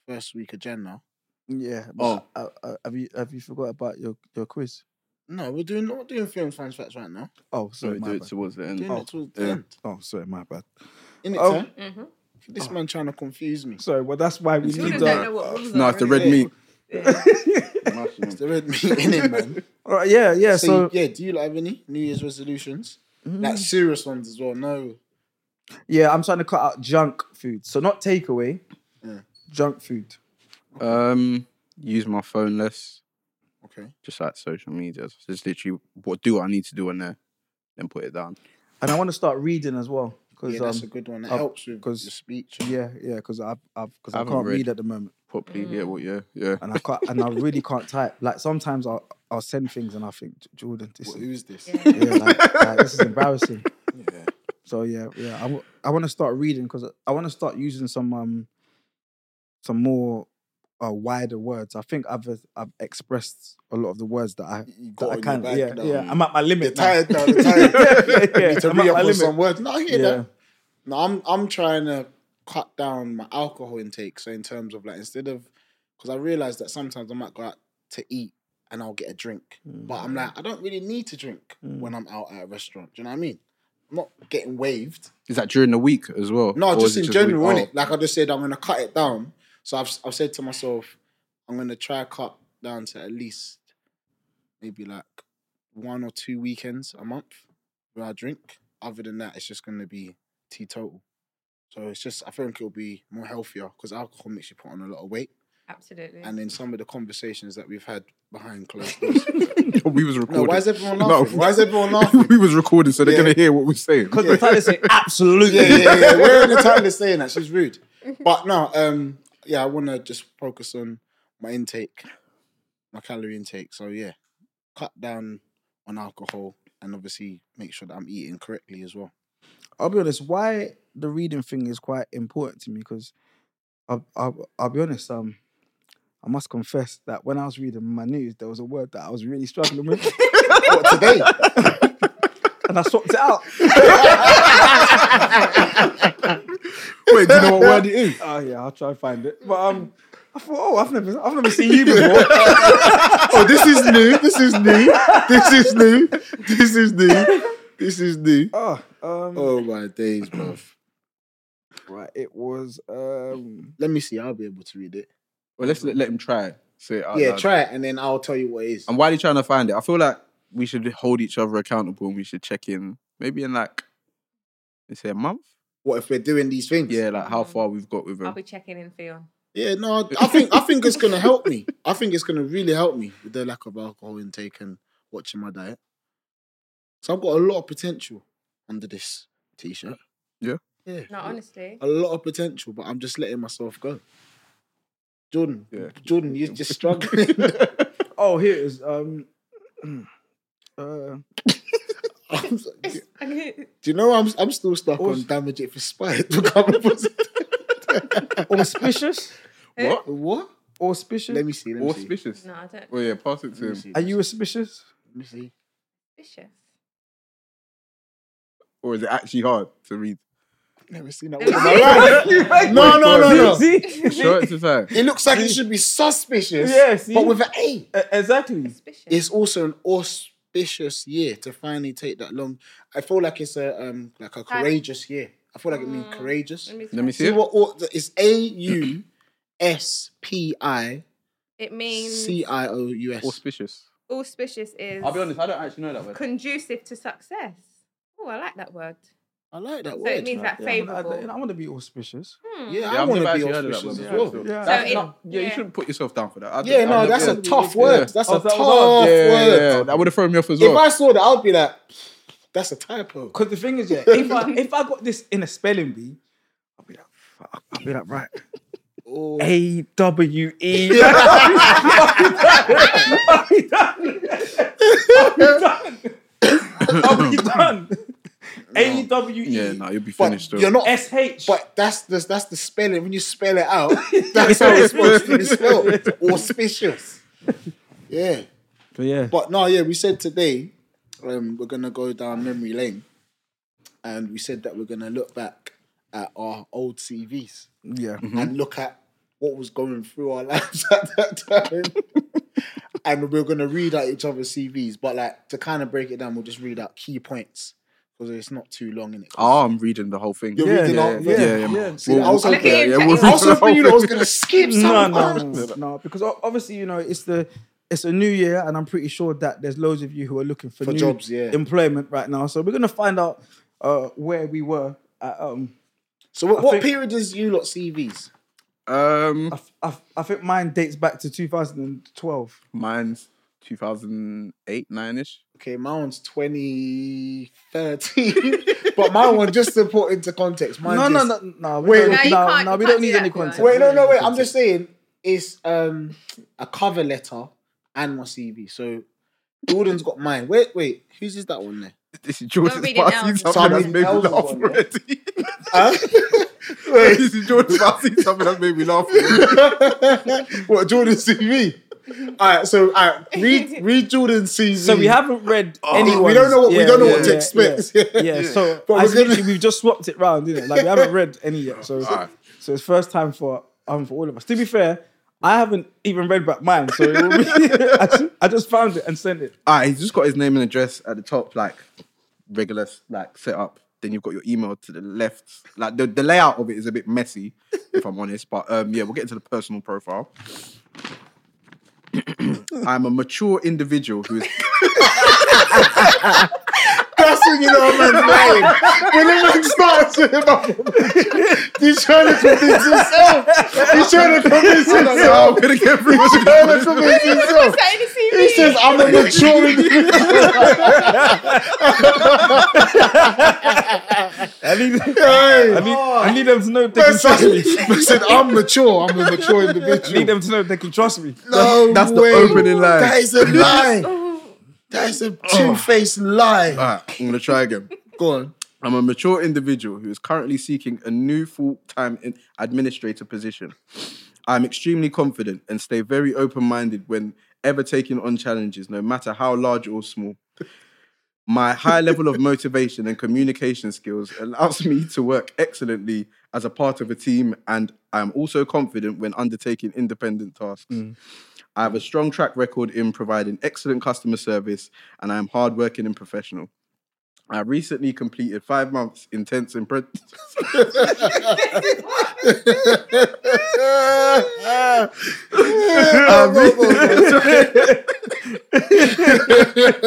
first week of Jan now. Yeah. Oh. uh, uh, have you have you forgot about your, your quiz? No, we're doing not doing films fans facts right now. Oh, So sorry, we my do it bad. towards the end. Doing it towards the yeah. end. Oh, sorry, my bad. In it, Oh. Sam? Mhm. This man trying to confuse me. Sorry, well, that's why we It's need good Children that- don't that. know what rules Oh, No, are, it's the really. red meat. It's the red meat in it, man. All right, yeah, yeah. so, So, Mm. yeah, do you like have any New Year's resolutions? Like serious ones as well. No. yeah, I'm trying to cut out junk food. So not takeaway, Yeah. junk food. Um, use my phone less. Okay. Just like social media. Just literally what do I need to do on there, then put it down. And I want to start reading as well because Yeah, that's a um, good one. That uh, helps with 'cause- your speech. yeah, yeah, because I've I've because I I, haven't can't read. read at the moment, Properly, Mm. yeah, what, yeah, yeah. and I can't and I really can't type. Like sometimes I'll I'll send things and I think "J- Jordan, this What, is, who's this? yeah, like, like, this is embarrassing. Yeah. So yeah, yeah, I, w- I want to start reading because I want to start using some um some more uh, wider words. I think I've I've expressed a lot of the words that I You that got I on can. your back Yeah, now. yeah, I'm at my limit. now. Tired now, you're tired. yeah, yeah, Need to I'm at re my up on limit. some words. No, I hear that. Yeah. No, I'm I'm trying to cut down my alcohol intake. So in terms of like instead of because I realize that sometimes I might go out to eat and I'll get a drink, but Mm. I'm like I don't really need to drink when I'm out at a restaurant. Do you know what I mean? I'm not getting waved. Is that during the week as well? No, Or is just it in the general, week? innit? Like I just said, I'm gonna cut it down. So I've I've said to myself, I'm gonna try cut down to at least maybe like one or two weekends a month where I drink. Other than that, it's just gonna be teetotal. So it's just I think it'll be more healthier because alcohol makes you put on a lot of weight. Absolutely. And then some of the conversations that we've had behind closed doors. Oh. we was recording. no, why is everyone laughing? No. Why is everyone laughing? we was recording, so they're Yeah. gonna hear what we're saying. Because the title say absolutely. yeah, yeah, yeah. We're in the time of saying that. She's rude. But no, um, yeah, I want to just focus on my intake, my calorie intake. So yeah, cut down on alcohol and obviously make sure that I'm eating correctly as well. I'll be honest. Why the reading thing is quite important to me because I'll, I'll I'll be honest. Um, I must confess that when I was reading my news, there was a word that I was really struggling with, But today, and I swapped it out. Wait, do you know what word it is? Oh yeah, I'll try and find it. But um, I thought, oh, I've never, I've never seen you before. oh, this is new. This is new. This is new. This is new. This is new. oh, um, Oh my days, bruv. right, it was um, Let me see. I'll be able to read it. Well, let's let, let him try. it. Say it out yeah, loud. try it, and then I'll tell you what it is. And while you're trying to find it, I feel like we should hold each other accountable and we should check in maybe in like, let's say a month. What if we're doing these things? Yeah, like how far we've got with I'll him. be checking in for you. Yeah, no, I think I think it's gonna help me. I think it's gonna really help me with the lack of alcohol intake and watching my diet. So I've got a lot of potential under this t-shirt. Yeah. Yeah. No, honestly. A lot of potential, but I'm just letting myself go. Jordan, Yeah. Jordan, you're just struggling. Oh, here it is. Um, uh, I'm so- do Wait, you know I'm I'm still stuck Also- on damage it for spite? Become a pussy. auspicious? What? what? Auspicious? Let me see. Let me see. Auspicious. no, I don't. Well, yeah, pass it Let to me him. see. Are you auspicious? Let me see. Mm. Vicious. Or is it actually hard to read? Never seen that. Let me word in see. my life. No, no, no, no. See? Show it to her. It looks like it should be suspicious. Yeah, see? But with an A. E- Mm. Exactly. Vicious. It's also an auspicious year to finally take that long. I feel like it's a um like a Hi. Mm, courageous year. I feel like it means courageous. Let me see see. See it. what au- it's A U S P I It means C I O U S. Auspicious. auspicious is I'll be honest, I don't actually know that word. conducive to success. Oh, I like that word. I like that So word. it means right? that favourable. I, want to be auspicious. Hmm. Yeah, Yeah, I I've want never to be actually heard of that auspicious as word. well. before. Yeah. That's So it- not- yeah, you yeah. shouldn't put yourself down for that. I don't- Yeah, I've no, never- that's a yeah. tough Yeah. word. That's Oh, a that was tough hard. Yeah, word. that would have thrown me off as If I well. saw that, I would be like, that's a typo. Because the thing is, yeah, if I, if I got this in a spelling bee, I'll be like, fuck, I'll be like, right. Oh, A W E. I'll be done. I'll be done. A W Yeah, E no, you'll be but finished. though. you're not S H. But that's the that's the spelling. When you spell it out, that's how it's supposed to be spelled. Auspicious. Yeah. yeah. But no, yeah, we said today um, we're gonna go down memory lane, and we said that we're gonna look back at our old CVs Yeah. and look at what was going through our lives at that time. and we're gonna read out each other's CVs, but like to kind of break it down, we'll just read out key points because it's not too long in it. Oh, I'm reading the whole thing. You're yeah, reading yeah, all- yeah, yeah. yeah, yeah. See, I was We'll- hoping- yeah, yeah, we'll I read was I the was whole hoping you know I was thing. gonna skip No, some no, parts. no, no, because o- obviously you know it's the it's a new year, and I'm pretty sure that there's loads of you who are looking for, For new jobs, yeah. employment right now. So we're gonna find out uh, where we were. At, um, So what, what think- period is you lot CVs? Um, I, f- I f- I think mine dates back to 2012. Mine's 2008, 9 ish. Okay, my one's 2013. but my one, just to put into context, mine No, just, no, no, no. we Wait. don't- No, you can't- you no, no, we can't don't do need that any to us. context. Wait, no, no, wait. I'm Context. just saying it's um a cover letter and my CV. So Jordan's got mine. Wait, wait, whose is that one there? This is George's read it now. passing something Somebody that's made me else's laugh one, yeah? already. Huh? wait, this is George's passing something that's made me laugh already. what Jordan's CV? All right, so all right, read read Jordan's CV. So we haven't read any. Oh, we don't know what- we don't know what to expect. Yeah, yeah, so But we're as gonna- literally, we've just swapped it round, didn't it? Like we haven't read any yet. So, Alright. so it's first time for um for all of us. To be fair, I haven't even read back mine, so it will be, I, just, I just found it and sent it. All right, Ah, he's just got his name and address at the top, like regular, like set up. Then you've got your email to the left. Like the, the layout of it is a bit messy, if I'm honest. But um, yeah, we'll get into the personal profile. I'm a mature individual who is That's when you know a man's lying. When a man starts with him up, he's trying to convince himself. He's trying to convince himself. gonna get through He's trying to convince himself. He says, I'm a mature individual. I need, I Hey, need, I need them to know they can that's trust me. He said, I'm mature. I'm a mature I need individual. them to know they can trust me. No That's the opening line. That is a lie. That is a two faced lie. All right, I'm gonna try again. Go on. I'm a mature individual who is currently seeking a new full time administrator position. I'm extremely confident and stay very open minded when ever taking on challenges, no matter how large or small. My high level of motivation and communication skills allows me to work excellently as a part of a team, and I'm also confident when undertaking independent tasks. I have a strong track record in providing excellent customer service, and I am hardworking and professional. I recently completed five months intense apprentice. I re-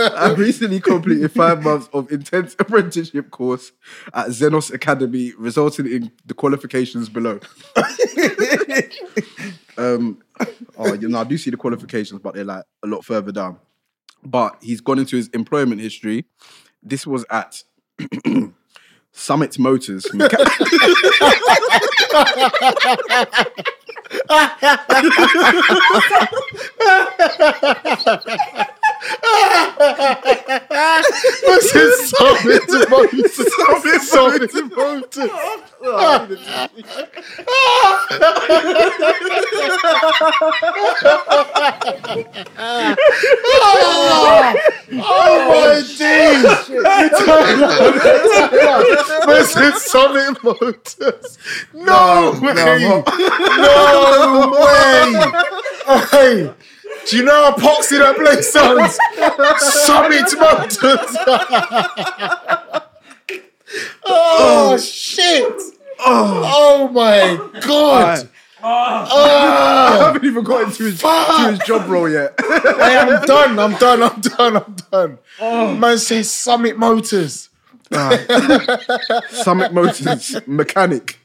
I recently completed five months of intense apprenticeship course at Xenos Academy, resulting in the qualifications below. um, oh, you know, I do see the qualifications, but they're like a lot further down. But he's gone into his employment history. This was at Summit Motors. mecha- Summit Motors. Oh my days! Listen, Sonic Motors. No, No, way! no, I'm No, not. way! Hey, do you know how poxy that place sounds? Summit Motors. oh, shit! Oh. my god! I Oh, haven't even got into his, to his job role yet. I am done. I'm done. I'm done. I'm done. Man says Summit Motors. Summit Motors mechanic.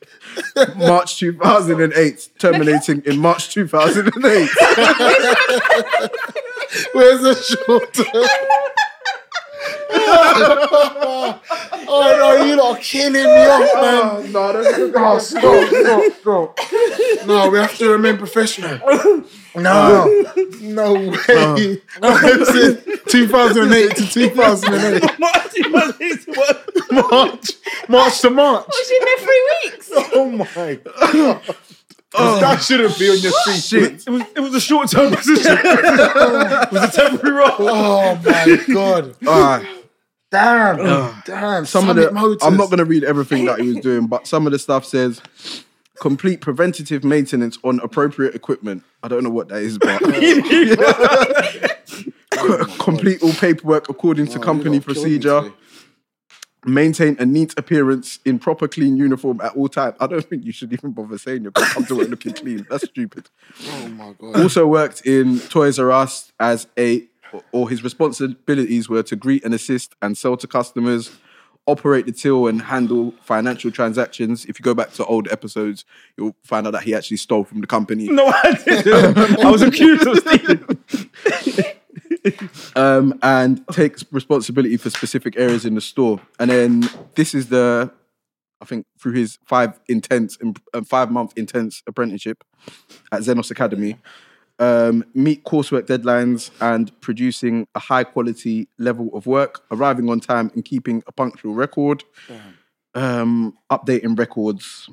March 2008, terminating in March 2008. Where's the shoulder? oh no, you lot are killing me off, man. Oh, no, that's Oh, stop, stop, stop. No, we have to remain professional. No, no way. Listen, 2008 to 2008. March, March to March. Was in there three weeks. Oh my god. That shouldn't be on your seat. shit. It was, it was a short term position. it was a temporary role. Oh my god. Alright, Damn. Damn. some of Summit the, Motors. I'm not going to read everything that he was doing, but some of the stuff says complete preventative maintenance on appropriate equipment. I don't know what that is, but complete all paperwork according to company procedure. maintain a neat appearance in proper clean uniform at all times. I don't think you should even bother saying you're going to come to work looking clean. That's stupid. Oh my god. Also worked in Toys R Us as a, or his responsibilities were to greet and assist and sell to customers, operate the till and handle financial transactions. If you go back to old episodes, you'll find out that he actually stole from the company. No, I didn't. I was accused of stealing. um, and takes responsibility for specific areas in the store. And then this is the, I think through his five intense and five month intense apprenticeship at Xenos Academy, um, meet coursework deadlines and producing a high quality level of work, arriving on time and keeping a punctual record, um, updating records.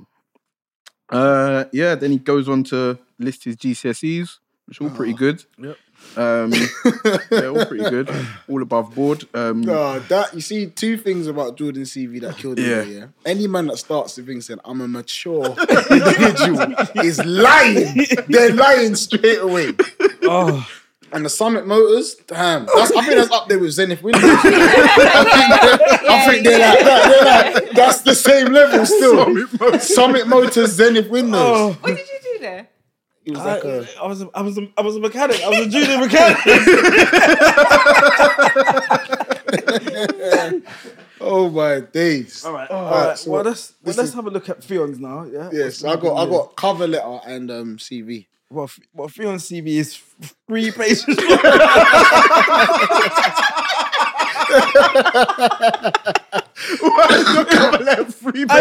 Uh, yeah, then he goes on to list his GCSEs, which are all pretty good. Um, they're all pretty good, all above board. Um, No, Uh, that you see two things about Jordan CV that killed Yeah. me. Yeah, any man that starts the thing saying I'm a mature individual is lying. They're lying straight away. Oh, And the Summit Motors, damn, that's, I think that's up there with Zenith Windows. I think, they're- I think they're, like, that, they're like that's the same level still. Summit Motors, Zenith Windows. oh. What did you do there? It was I, like a I was a, I was a, I was a mechanic. I was a junior mechanic. oh my days. All right. All All right, right. so well, let's well, let's listen. have a look at Fion's now. Yeah. Yes, I got I got cover letter and um, CV. Well, F- well, Fion's CV is f- three pages. long. I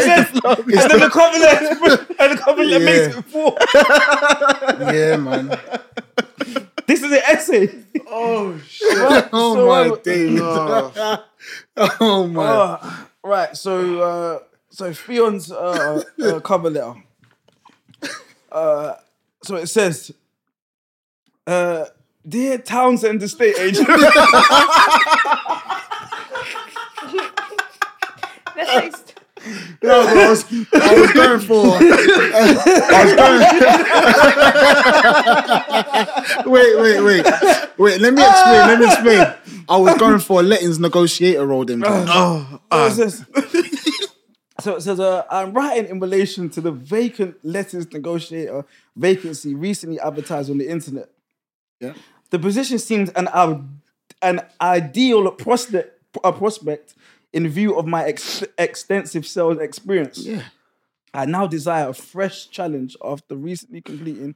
said, and then the cover letter, and the cover letter makes Yeah. it four. Yeah, man. This is an essay. Oh So I my w- days. Oh, my. Uh, right. So, uh, so Fion's uh, uh, cover letter. Uh, so it says, uh, "Dear Townsend Estate Agent." That's like, No, but I was, I was going for. I was going. wait, wait, wait, wait. Let me explain. Let me explain. I was going for a lettings negotiator role. Then Oh, What is this? so it says, uh, I'm writing in relation to the vacant letters negotiator vacancy recently advertised on the internet. Yeah. The position seems an, i- an ideal prospect, a prospect in view of my ex- extensive sales experience. Yeah. I now desire a fresh challenge after recently completing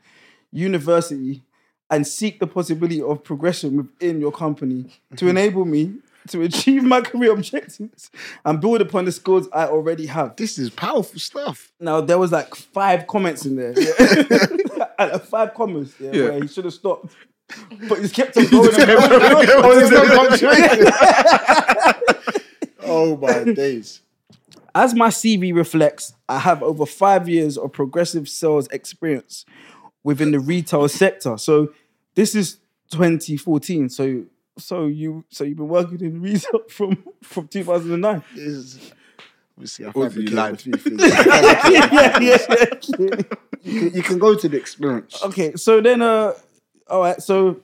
university and seek the possibility of progression within your company to enable me to achieve my career objectives and build upon the skills I already have. this is powerful stuff. Now there was like five comments in there, Uh, five comments yeah, Yeah. where he should have stopped, but he kept on going. and going. oh, there's no contract. oh my days. As my CV reflects, I have over five years of progressive sales experience within the retail sector. So this is 2014. So so you so you've been working in retail from from 2009. This is- Obviously, I Obviously, fabricated lied. a few things. yeah, yeah, yeah. You can- you can go to the experience. Okay, so then uh all right, so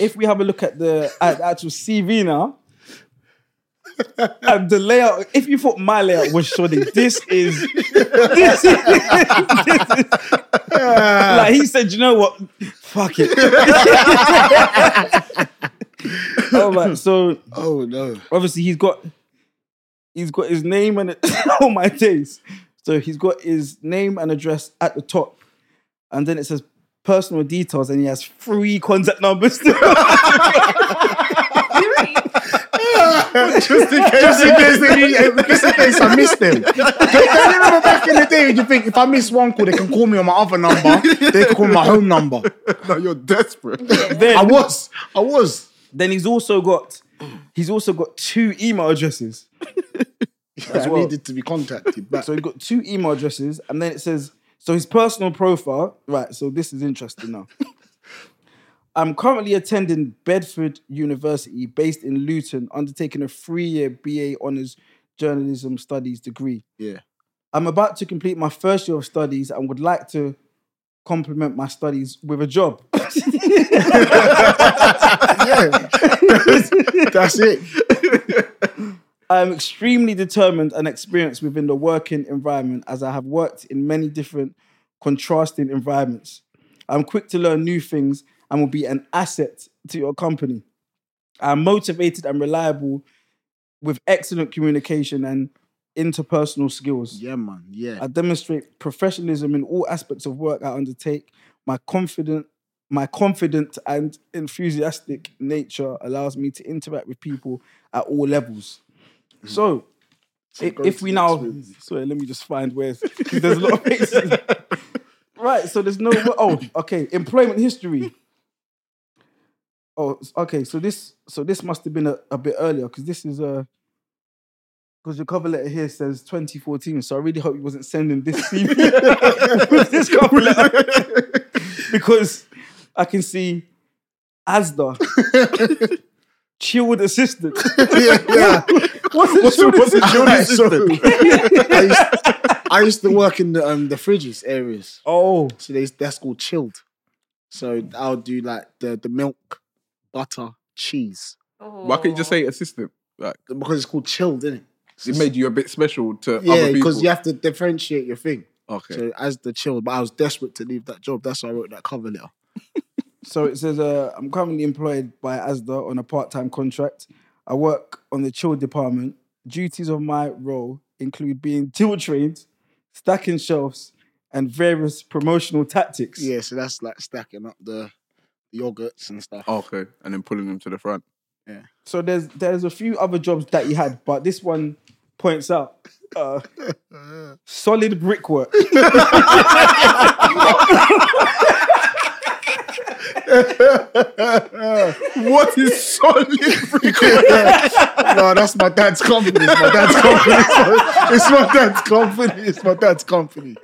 if we have a look at the at the actual CV now. And the layout, if you thought my layout was shoddy, this is this is, this is like he said, you know what? Fuck it. All right, so Oh no. obviously he's got he's got his name and oh my days. So he's got his name and address at the top, and then it says personal details, and he has three contact numbers. just in case, just in case, they need- just in case I miss them. Don't don't you remember back in the day when you think if I miss one call, they can call me on my other number. They can call my home number. no, you're desperate. I then, was, I was. then he's also got he's also got two email addresses. I well. needed to be contacted. But So he's got two email addresses, and then it says, so his personal profile, right? So this is interesting now. I'm currently attending Bedford University, based in Luton, undertaking a three year BA honours journalism studies degree. yeah, I'm about to complete my first year of studies and would like to complement my studies with a job. that's it. I'm extremely determined and experienced within the working environment as I have worked in many different contrasting environments. I'm quick to learn new things and will be an asset to your company. I'm motivated and reliable with excellent communication and interpersonal skills. Yeah, man. Yeah, I demonstrate professionalism in all aspects of work I undertake. My confident, my confident and enthusiastic nature allows me to interact with people at all levels. Hmm. So, i- go if to we the now, experience. sorry, let me just find where 'cause there's a lot of places. right. So there's no. Oh, okay. Employment history. Oh, okay. So this, so this must have been a, a bit earlier because this is uh, a. Because your cover letter here says 2014, so I really hope you wasn't sending this CV with this cover letter because I can see ASDA, chilled assistant. yeah, yeah. What's, a chilled what's a assistant? chilled Alright, so- I, used, I used to work in the um the fridges areas, Oh, so they, that's called chilled. So I'll do like the the milk, butter, cheese Why can't you just say assistant? Like because it's called chilled, isn't it? it made you a bit special to Yeah, other people. because you have to differentiate your thing. Okay. So as the chill, but I was desperate to leave that job. That's why I wrote that cover letter. So it says, uh, I'm currently employed by ASDA on a part time contract. I work on the chill department. Duties of my role include being chill trained, stacking shelves, and various promotional tactics. Yeah, so that's like stacking up the yogurts and stuff. okay, and then pulling them to the front. So there's there's a few other jobs that he had, but this one points out uh, solid brickwork. What is solid? no, that's my dad's company. It's my dad's company. It's my, it's my dad's company. It's my dad's company.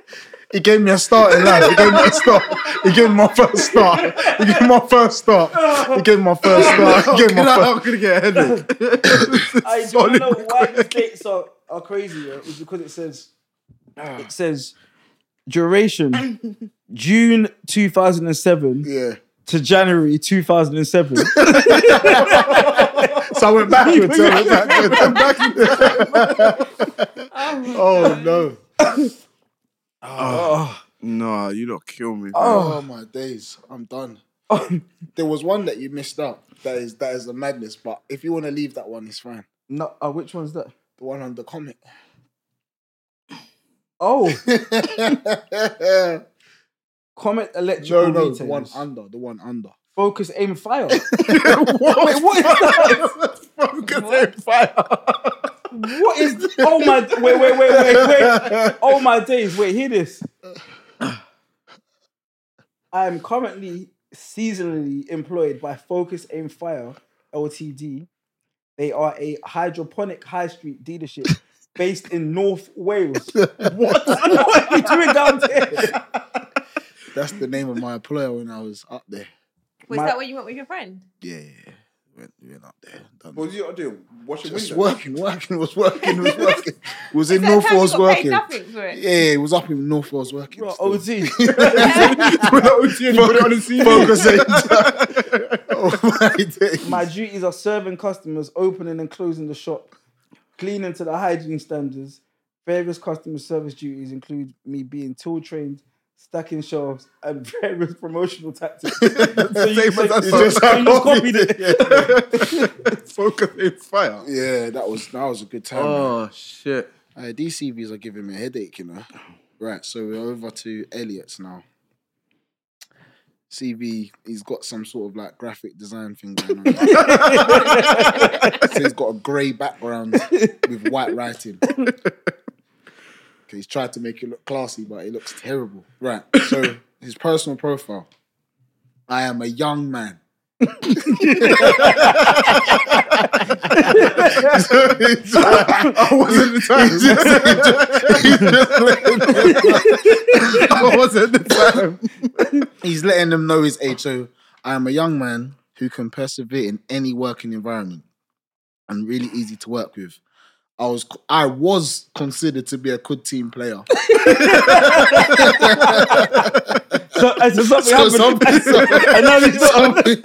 He gave me a start in life. He gave me a start. He gave me my first start. He gave me my first start. He gave me my first start. He gave me my first. I'm gonna get a headache. I don't know why these dates are, are crazy. Yeah? It's because it says Ah. it says duration June 2007 Yeah. to January 2007. So I went backwards. I went backwards. I went backwards. Oh, Oh no. Ah. oh, no, you don't kill me. Oh. my days. I'm done. There was one that you missed out. That is that is a madness. But if you want to leave that one, it's fine. no, uh, which one's that? The one on the comic. Oh, no, Comet Electrical no, the Retailers. one under. The one under. Focus, aim, fire. what? Wait, what is that? What is? Oh my! Wait, wait, wait, wait, wait! Oh my days! Wait, hear this. I am currently seasonally employed by Focus Aim Fire Ltd. They are a hydroponic high street dealership based in North Wales. What? what are you doing down there? That's the name of my employer when I was up there. Oh, was my- that what you went with your friend? Yeah, went, went up there. Done. What did you do? Wash your Just window. working, working, was working, was working. Was Is in that North how you Wales got paid working. nothing for it? Yeah, it was up in North Wales working. Bro, still. OT. Focus agent. oh my days. My duties are serving customers, opening and closing the shop, cleaning to the hygiene standards. Various customer service duties include me being tool trained, stacking shelves, and various promotional tactics. so you, Same so, as us. so You just had you just copied it. Focus in fire. Yeah, that was that was a good time. man. Oh shit. Uh, these CVs are giving me a headache, you know. Right, so we're over to Elliot's now. CV, he's got some sort of like graphic design thing going on. so he's got a grey background with white writing. 'Kay, He's tried to make it look classy, but it looks terrible. Right, so his personal profile I am a young man. I wasn't the time. I wasn't the time. he's letting them know his age. So I am a young man who can persevere in any working environment. I'm really easy to work with. I was I was considered to be a good team player. So, as if something So happened, something, and now it's not. something,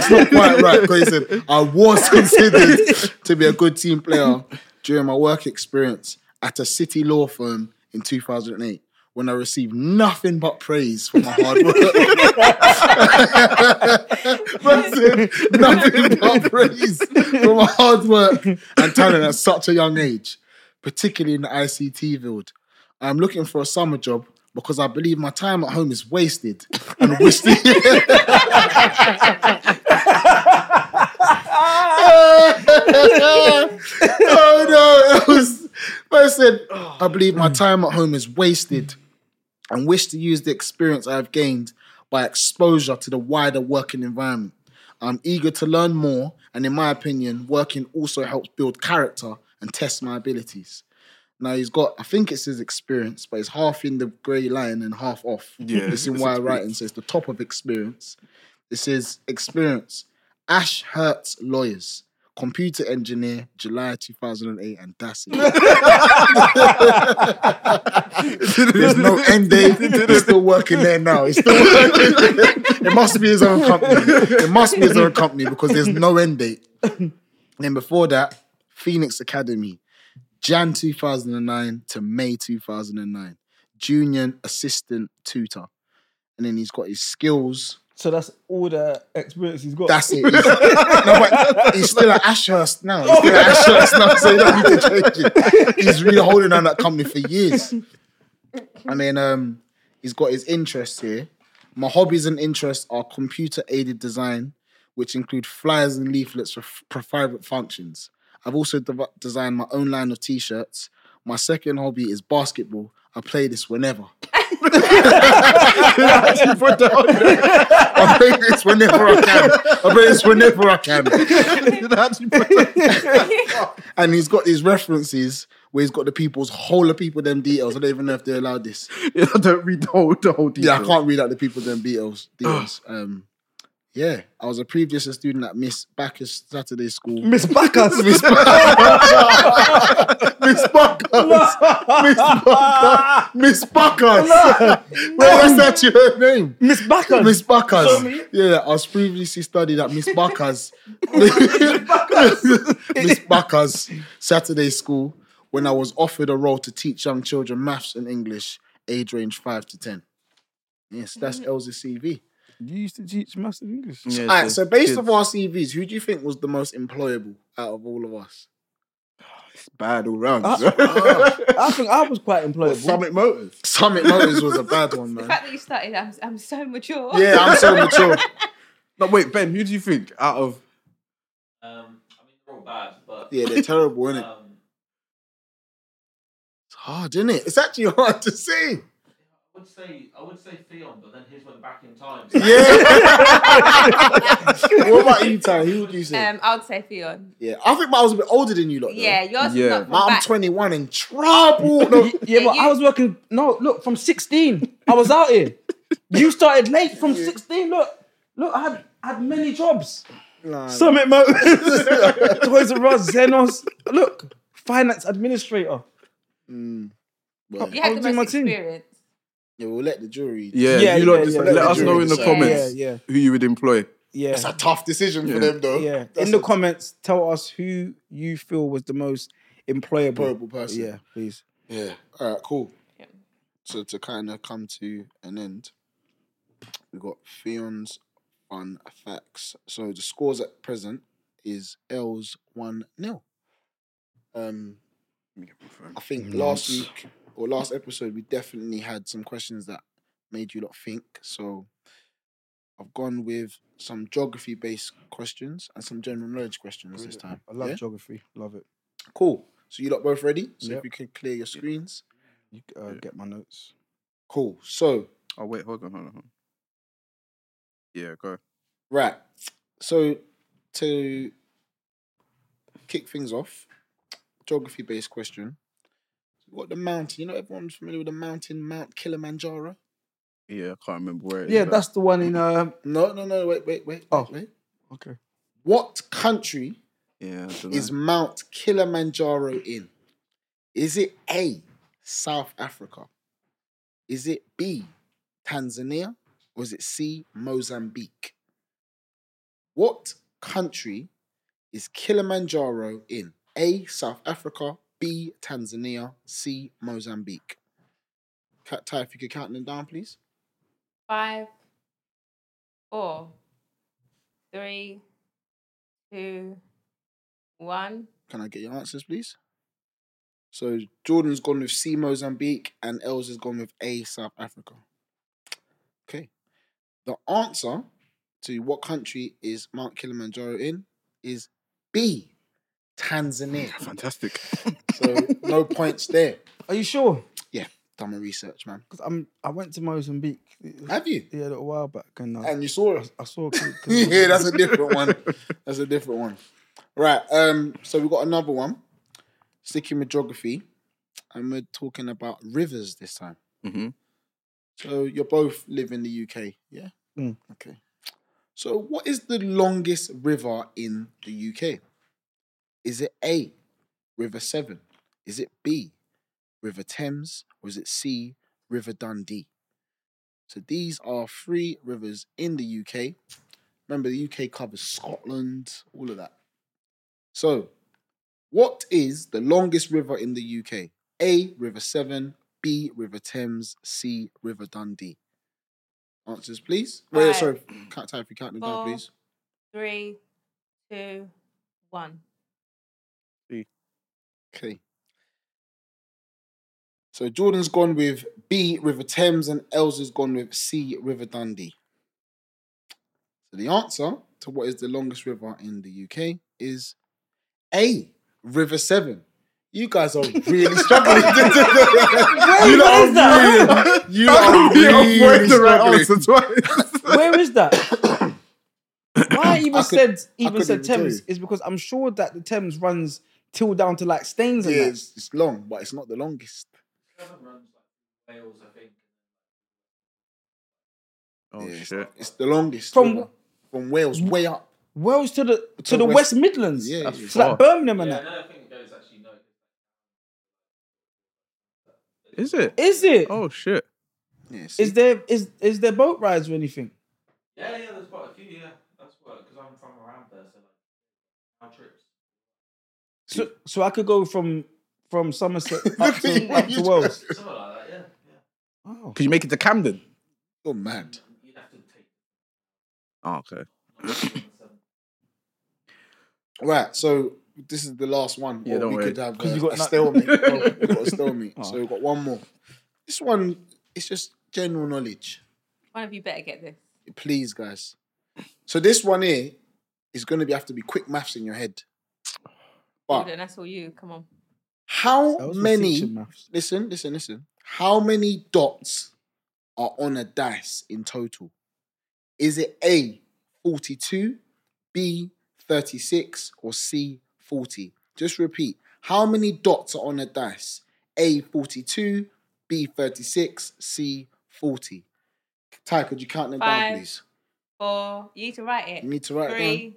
something's not quite right. Because he said I was considered to be a good team player during my work experience at a city law firm in 2008 when I received nothing but praise for my hard work. nothing but praise for my hard work and talent at such a young age, particularly in the ICT field. I'm looking for a summer job because I believe my time at home is wasted and wish oh no, it was. I said, "Oh, I believe my time at home is wasted and wish to use the experience I have gained by exposure to the wider working environment. I'm eager to learn more, and in my opinion, working also helps build character and test my abilities. Now he's got, I think it's his experience, but it's half in the grey line and half off. Yeah, this is it's why writing says the top of experience. This is experience. Ash Hertz lawyers, computer engineer, July 2008, and that's it. There's no end date. He's still working there now. He's still working. it must be his own company. It must be his own company because there's no end date. And then before that, Phoenix Academy, Jan 2009 to May 2009, junior assistant tutor. And then he's got his skills. So that's all the experience he's got. That's it. He's, no, but he's still at Ashurst now. He's still at Ashurst now, so you don't need to change it. He's really holding on that company for years. And then um, he's got his interests here. My hobbies and interests are computer aided design, which include flyers and leaflets for, for private functions. I've also dev- designed my own line of t shirts. My second hobby is basketball. I play this whenever. I play this whenever I can. I play this whenever I can. and he's got these references, where he's got the people's whole of people them details. I don't even know if they allowed this. I don't read the whole, the whole detail. Yeah, I can't read out the people them details. details. um, yeah, I was a previous year student at Miss Backus Saturday School. Miss Bacchus. Miss Miss Backus, Bacchus. Miss Backus. Where was that your name? Miss Bacchus. Miss Bacchus. Show me. Yeah, I was previously studied at Miss Bacchus. Miss Bacchus Saturday School when I was offered a role to teach young children maths and English, age range five to ten. Yes, that's Elsa CV. You used to teach maths and English. Yeah, All right, it's so a- based it's off our CVs, who do you think was the most employable out of all of us? bad all round. Uh, I think I was quite employable. Summit Motors. Summit Motors was a bad one, The man. fact that you started, I'm, I'm so mature. Yeah, I'm so mature. No, wait, Ben, who do you think out of Um, I mean, they're all bad, but Yeah, they're terrible, isn't it? um, It's hard, isn't it? It's actually hard to say. I would say I would say Theon, but then his went back in time. Yeah. what about you, Ty? Who would you say? Um, I would say Theon. yeah, I think mine was a bit older than you, lot. though. Yeah, yours Yeah. is not from Mine, I'm back. 21 in trouble. No. Yeah, but you- I was working. No, look, from 16, I was out here. You started late from 16. Look, look, I had, I had many jobs. Nah, Summit Motors, Toys R Us, Xenos. Look, finance administrator. well, You yeah. I was had the doing my most team. experience. we'll let the jury. yeah, Yeah, you lot yeah, just yeah, let yeah. us know in the Yeah. Yeah, comments yeah, who you would employ. yeah. That's a tough decision Yeah. for them, though. Yeah. That's in the a comments, tell us who you feel was the most employable. terrible person. Yeah, please. Yeah. All right, cool. Yeah. So to kind of come to an end, we got Fion's fun facts. So the scores at present is L's one 0 Um, I think last Nice. week or last episode we definitely had some questions that made you lot think. So I've gone with some geography based questions and some general knowledge questions this time. I love Yeah? geography. Love it. Cool. So you lot both ready? So Yep. if you could clear your screens. You uh, get my notes. Cool. So Oh wait, hold on, hold on. Hold on. Yeah, go. Right. So to kick things off, geography based question. What the mountain? You know, everyone's familiar with the mountain, Mount Kilimanjaro. Yeah, I can't remember where it is. Yeah, but- that's the one in. Uh, No, no, no. Wait, wait, wait. Oh. wait, wait. okay. What country yeah. I don't is know. Mount Kilimanjaro in? Is it A, South Africa? Is it B, Tanzania? Or is it C, Mozambique? What country is Kilimanjaro in? A, South Africa, B, Tanzania, C, Mozambique. Ca- Ty, if you could count them down, please. Five, four, three, two, one. Can I get your answers, please? So Jordan's gone with C Mozambique and Els has gone with A South Africa. Okay. The answer to what country is Mount Kilimanjaro in is B Tanzania. fantastic. So no points there. Are you sure? Yeah, done my research, man. Because I'm. I went to Mozambique. Yeah, Have you? a little while back, and uh, And you saw us. I saw. 'cause- 'cause- yeah, that's a different one. That's a different one. Right. Um. So we got another one. Sticking with geography, and we're talking about rivers this time. hmm So you both live in the UK, yeah? Mm. Okay. So what is the longest river in the UK? Is it A, River Severn? Is it B, River Thames? Or is it C, River Dundee? So these are three rivers in the UK. Remember, the UK covers Scotland, all of that. So, what is the longest river in the UK? A, River Severn, B, River Thames. C, River Dundee. Answers, please. Wait, Five, sorry. Count time if you count them down, four, please. Three, two, one. Okay. So Jordan's gone with B, River Thames, and Els has gone with C, River Dundee. So the answer to what is the longest river in the UK is A, River Seven. You guys are really struggling. you lot what is are really, you lot are really struggling. Where is that? Why I even I could- said I even couldn't said even tell Thames you. is because I'm sure that the Thames runs till down to like stains and Yeah, that. it's, it's long, but it's not the longest. Seven runs like Wales, I think. Oh Yeah, it's- shit! It's the longest From- river. from Wales way up. Wales to the to, To the West, West- Midlands. Yeah, That's yeah. It's like far. Birmingham and Yeah, that. no, I think it goes actually no. Is it? Is it? Is Oh shit! Yes. there is is there boat rides or anything? Yeah, yeah, there's quite a few. Yeah, that's what because I'm from around there, so like our trips. So so I could go from from Somerset up Look at to, you, up you to Wales. Something like that. Yeah, yeah. Oh. Could you make it to Camden? oh, mad. You'd have to take. Oh, okay. not more than seven. Right, so this is the last one. Yeah, or don't we worry. could have 'Cause uh, you got a nothing. stalemate. Oh, we've got a stalemate. Oh. So we've got one more. This one is just general knowledge. One of you better get this. Please, guys. So this one here is going to be have to be quick maths in your head. But Jordan, that's all you. Come on. how That was for teaching many? maths. Listen, listen, listen. How many dots are on a dice in total? Is it A forty-two, B thirty-six, or C forty? Just repeat. How many dots are on a dice? A forty-two, B thirty-six, C forty. Ty, could you count them Five. down, please? Four. You need to write it. You need to write it down. Three.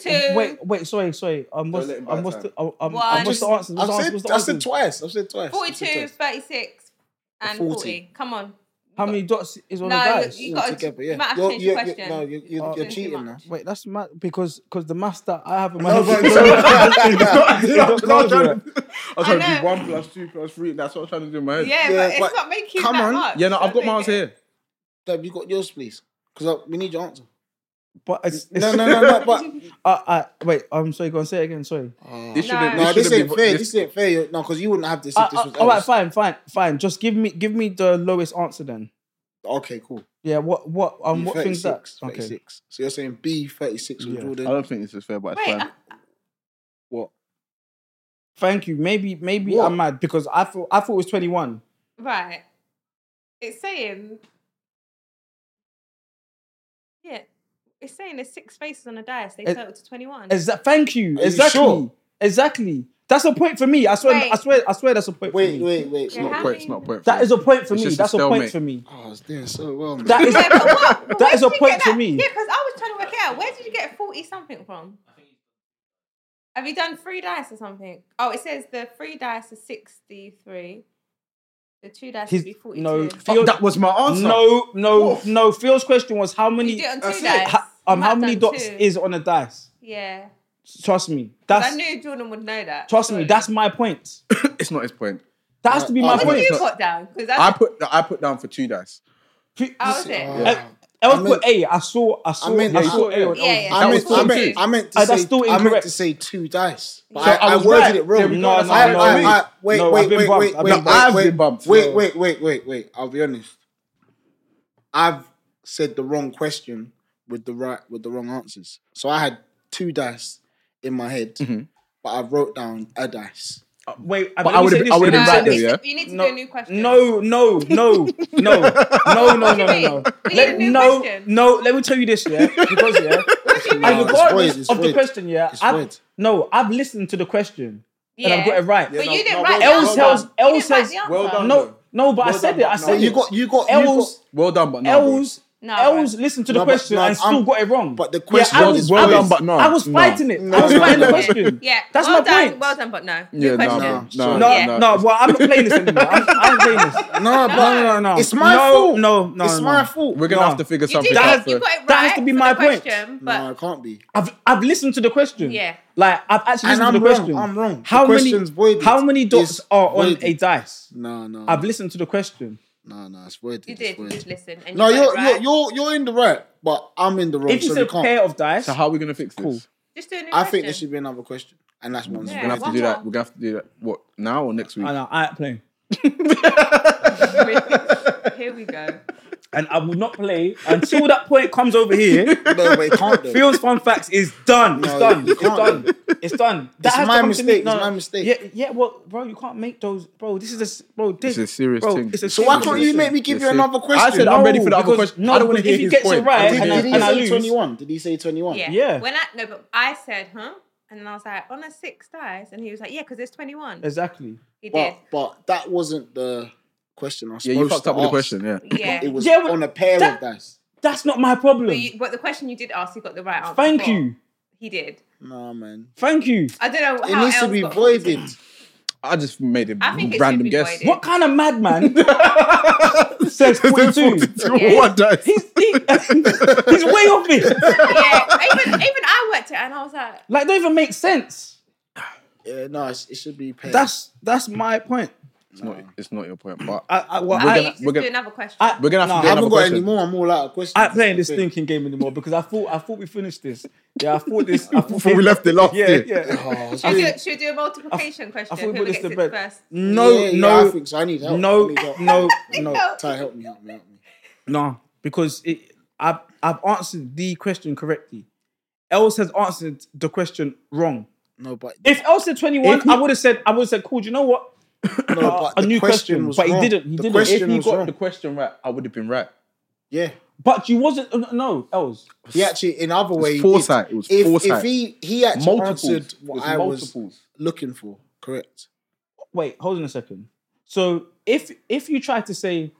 Two. wait, wait, sorry, sorry. Um, what's, let him um, buy what's, time. the, um, um, One. what's the answer? What's the I've answer? said, What's the I've said answer? twice. I've said twice. I've said 42, twice. 36, and 40. 40. Come on. How many dots is on No, a dice? you got Altogether, to. yeah. You might have You're- changed you're- the you're- question. no, you're- you're- Doing you're too cheating much. Wait, that's mad because because the maths that I have in my No, head. but- it's not- it's not No, calculate. don't- I was trying I to know. do one plus two plus three. That's what I was trying to do in my head. Yeah, Yeah, but it's but- not making come that on. much. Yeah, no, I've got Don't miles make it. here. Deb, you got yours, please, because we need your answer. But it's, it's No, no, no, no. But Oh. I, I, wait, I'm sorry. Go on, say it again. Sorry. This No. shouldn't. no, this shouldn't ain't be- fair. This ain't fair. You're- No, because you wouldn't have this if Uh, this was. all right, ours. fine, fine, fine. Just give me give me the lowest answer then. Okay, cool. Yeah. What what um what things that? 36, Okay. 36. So you're saying B thirty six with Yeah. I Jordan? don't think this is fair, but it's Wait, uh, fine. What? Thank you. Maybe maybe What? I'm mad because I thought I thought it was 21. I- right. It's saying. Yeah. It's saying there's six faces on a dice. They It- total to 21. Is that? Thank you. Are you exactly. sure? Exactly. That's a point for me. I swear. Wait. I swear. I swear. That's a point. for Wait, me. wait, wait. It's not a Yeah. point. It's not a point. That is a point for It's me. just a That's a, point stalemate. for me. Oh, I was doing so well. Man. That is. Yeah, but what- where that is did a you point get for that- me. Yeah, because I was trying to work it out. Where did you get 40 something from? Have you done three dice or something? Oh, it says the three dice is 63. The two dice He's- would be 42. no. You Oh, Fuck, that was my answer. No, no, no. Phil's question was how many did it on two dice. ha- um You how might many have done dots two. is on a dice. Yeah. Trust me. 'Cause I That's knew Jordan would know that. trust me. That's my point. It's not his point. That has to be my Right, What point. did it's you not- put down? Because I that's put I put down for two dice. how is it? Oh, Uh, I was I put A. I saw. I saw. I, meant- I saw saw A. On, Yeah, yeah. I That meant, was I meant, two. I meant to Uh, say, that's still I meant incorrect. to say two dice, but So I, I I, was worded right. it wrong. Yeah, no, no, I, no, I, me. I, wait, No, I've wait, been wait, bumped. wait, wait, I've been wait, bumped. I've wait, been bumped. wait, No. wait, wait, wait, wait. I'll be honest. I've said the wrong question with the right with the wrong answers. So I had two dice in my head, Mm-hmm. but I wrote down a dice. Wait, But I would've- I would've No, been right there, you need yeah? to- You need to do a new question. No, no, no, no, no, no, no, no, no. What do you mean? We need Let- a new no, question. no. Let me tell you this, yeah, because yeah, and No, it's regardless void, it's of the void. question, yeah, It's I've, void. no, I've listened to the question Yeah. and I've got it right. But you didn't no, write the well Els answer. done. tells, You Els didn't write says, the answer. well done. no, no, but I Well said done, it. I no, said you it. got, you got, you got- Els, Well done, but no. bro. Els, No, Els listened to the No, but- question no, and still I'm- got it wrong. but the question I is was, well I done, was- but no, I was no. fighting it. I was No, fighting the no, question. Yeah. that's well my done. point. Well done, but no. New Yeah, no, question. no, No, No, Yeah. no, well, I'm not playing this anymore. I'm, I ain't playing this. no, No, no, but no, no. It's my no, fault. No, no, it's no. my fault. We're gonna No. have to figure You something did out. it. That- You first. got it right. that has to be for my the point. Question, but No, it can't be. I've I've listened to the question. Yeah. Like I've actually And listened I'm to the wrong, question. I'm wrong. The How many question's voided. how many dots It's are on voided. a dice? No, no, I've listened to the question. no, no. It's voided. you it's did. You voided. did listen. And No, you got you're, it right. you're you're you're in the right, but I'm in the wrong. If you so said we a can't. pair of dice, So how are we gonna fix this? Cool. Just do a new I question. think there should be another question, and that's one. We're gonna have to One do more. that. We're gonna have to do that. What now or next week? I know, I ain't playing. Here we go. And I will not play until that point comes over here. No, but it can't. Though. Phil's fun facts is done. It's No, done. you It's done. It's done. That It's has to my come to mistake. me. It's No, no. my mistake. Yeah, yeah. Well, bro, you can't make those. Bro, this is a s- bro. This a serious bro, thing. It's a so why serious can't you thing. make me give you Yes, another question? I said I'm ready for the other because- question. no, I don't want because to hear if he his gets it point. right- Did, And I- did he and I say lose. twenty one? Did he say twenty one? Yeah. Yeah. When I no, but I said, huh? And and then I was like, on a six dice, and he was like, yeah, because there's 21. Exactly. He did. But but that wasn't the question I was Yeah, supposed you fucked to up with the ask. question. Yeah. yeah. It was Yeah, but on a pair that- of dice. That's not my problem. But, you, but the question you did ask, you got the right answer. Thank for. you. He did. Nah, man. Thank you. I don't know. It how needs to else be got- voided. I just made a I think it should random be guess. voided. What kind of madman says 42? Yeah. One dice. He's, he- he's way off it. yeah, even even I worked it, and I was like, Like, don't even make sense. Yeah, no, it's, it should be paired. That's that's my point. It's not, it's not your point, but I, I, well, I I, need to we're do gonna- another question. I- we're gonna have Nah. to I do haven't another got question. any more. I'm all out of questions. I ain't playing this That's the thing. thinking game anymore because I thought I thought we finished this. Yeah, I thought this. I thought Before we left it last Yeah, year. yeah. Oh, it's should, we really- do, should we do a multiplication question? I thought we Whoever put this gets to it bed. first. No, Yeah, yeah, I no, think so. I need help. no, I need help. no, no, Ty, help me, help me, help me. no. Because it, I've I've answered the question correctly. Else has answered the question wrong. No, but If Else said twenty one, If he- I would have said I would have said, "Cool, do you know what? no, but a the new question." was but wrong. he didn't. He the didn't. Question If you was got wrong. the question right, I would have been right. yeah, But you wasn't. uh, No, Else. he actually in other way he did. foresight. It was if, foresight. If he he actually Multiples. answered It what was I multiples. was looking for, correct? Wait, hold on a second. So if if you try to say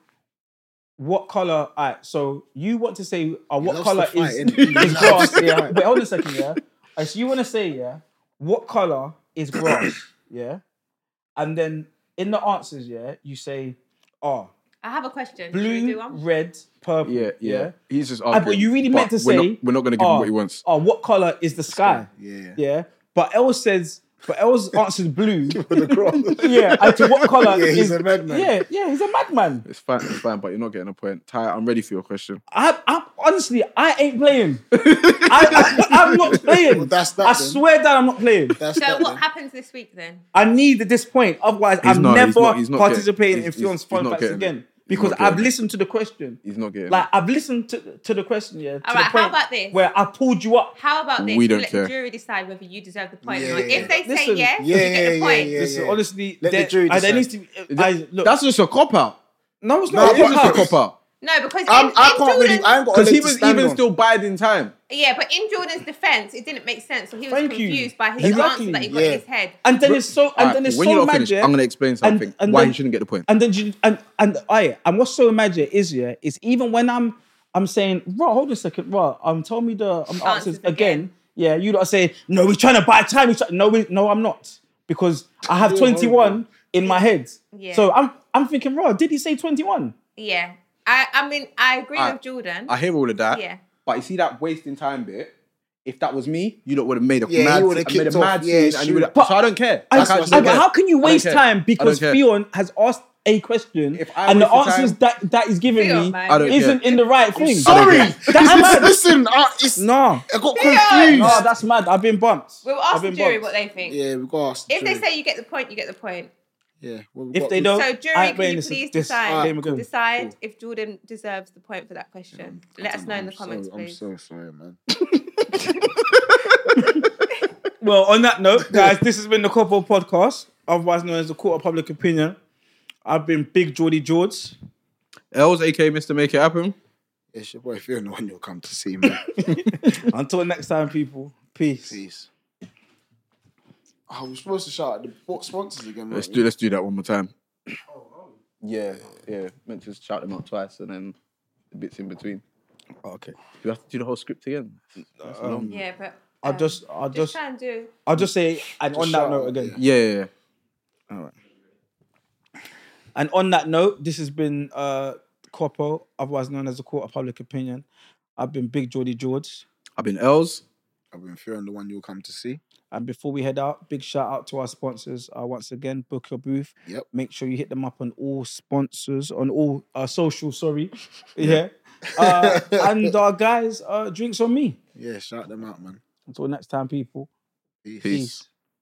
what color, alright, so you want to say uh, what lost color the fight, is, innit? He is grass? Yeah. Wait, hold on a second. Yeah. Alright, so you want to say yeah, what color is grass? Yeah. And then in the answers, yeah, you say, oh, I have a question. Should we blue, do one? red, purple. Yeah, yeah. He's just And arguing. but you really meant to we're say not, we're not going to give him oh, what he wants. Oh, what color is the sky? Yeah. Yeah. But Elle says, but Elle's answers blue. The grass. yeah, and to what color? Yeah, he's is, a madman. Yeah, yeah, he's a madman. It's fine, it's fine, but you're not getting a point. Ty, I'm ready for your question. I, I honestly, I ain't playing. I, I, am not playing. Well, that's that I then. swear that I'm not playing. That's So that what then. happens this week then? I need this point, otherwise He's I'm not- never he's not- he's not getting- participating he's- in Fion's he's- he's fun not facts getting it. again He's because not getting I've it. listened to the question. He's not getting Like I've listened to to the question. Yeah. to All the right, how point about this? Where I pulled you up. How about this? We You don't let care. the jury decide whether you deserve the point Yeah, or not. yeah, If they say Listen. yes, Yeah, you get yeah, the point. yeah, yeah. Listen, honestly, Let the there- jury I- there decide. needs to. Be, it. I, look, That's just a cop out. no, it's No, not. a it cop That's just out. a cop out. No, because I'm, in, I in can't really. Jordan's, I ain't got a Because leg he to was stand even on. still biding time. yeah, but in Jordan's defense, it didn't make sense, so he was Thank you. confused by his Exactly. answer that he got Yeah. in his head. And then it's so. And Alright, then it's when so you're not magic. finished, I'm going to explain something and why then- he shouldn't get the point. And then you, and and I and what's so magic is yeah is even when I'm I'm saying right hold on a second right um tell me the um, answers Answers again. again. yeah you lot say no we're trying to buy time we're try-" no we, no I'm not because I have 21 in my head Yeah. so I'm I'm thinking raw did he say 21 Yeah, I, I mean, I agree Alright. with Jordan. I hear all of that. Yeah. But you see that wasting time bit. If that was me, you lot would have made a Yeah, mad, you would've made a kicked mad off. scene, Yeah, and you would've- sure. so I don't care. I, Like, I what just I'm don't but saying. care. how can you I don't waste care. time because I don't care. Fion has asked a question If I and the wasted answers time- that that is giving Fion, me man. I don't isn't care. in the right thing Sorry, I don't care. That's mad. listen. Uh, it's, no I got Yeah. confused. no that's mad I've been bumped We'll I've ask the been jury bumped. what they think. Yeah, we got asked. If they say you get the point, you get the point. yeah, well, we If got- they we- don't, So, jury, Oh, I ain't can playing you this, please this decide game again. decide if Jordan deserves the point for that question? Let us know in the comments, I'm please. so sorry, man. Well, on that note, guys, this has been the Corpo Podcast, otherwise known as the Court of Public Opinion. I've been Big Geordie George. Els, aka Mr. Make It Happen. It's your boy. If you're the one, you'll come to see me. Until next time, people, peace. Peace. I was supposed to shout at the bo- sponsors again. Let's weren't do let's do that one more time. Yeah, yeah. Meant to shout them out twice and then the bits in between. Oh, Okay. Do we have to do the whole script again? That's long. Yeah, but I'll um, just, I'll just just, try and do. I'll just say, and on that shout note out, again, Yeah, yeah, yeah. and on that note, this has been uh Corpo, otherwise known as the Court of Public Opinion. I've been Big Geordie George. I've been Els. I've been fearing the one you'll come to see. And before we head out, big shout out to our sponsors. Uh, once again, book your booth. Yep. Make sure you hit them up on all sponsors, on all uh, social, sorry. Yeah. Uh, and our guys, uh, drinks on me. Yeah, shout them out, man. Until next time, people. Peace. Peace.